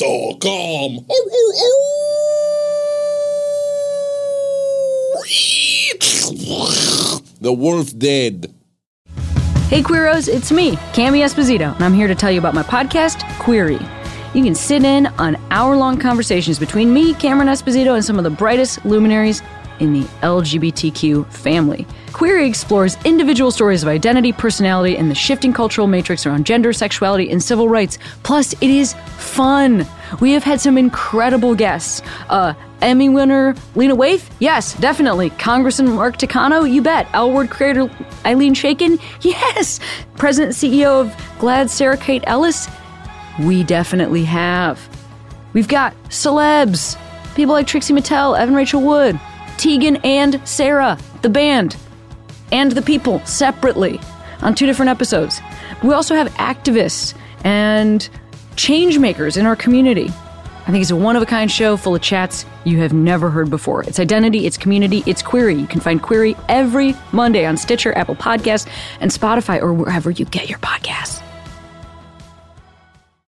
S8: Earwolfradio.com. The wolf dead.
S9: Hey, Queeros, it's me, Cami Esposito, and I'm here to tell you about my podcast, Query. You can sit in on hour long conversations between me, Cameron Esposito, and some of the brightest luminaries in the LGBTQ family. Query explores individual stories of identity, personality, and the shifting cultural matrix around gender, sexuality, and civil rights. Plus, it is fun. We have had some incredible guests. Uh, Emmy winner Lena Waithe? Yes, definitely. Congressman Mark Takano? You bet. L Word creator Eileen Shaken? Yes. President and CEO of Glad Sarah Kate Ellis? We definitely have. We've got celebs, people like Trixie Mattel, Evan Rachel Wood, Tegan and Sarah, the band, and the people separately on two different episodes. We also have activists and change makers in our community. I think it's a one of a kind show full of chats you have never heard before. It's identity, it's community, it's query. You can find query every Monday on Stitcher, Apple Podcasts, and Spotify, or wherever you get your podcasts.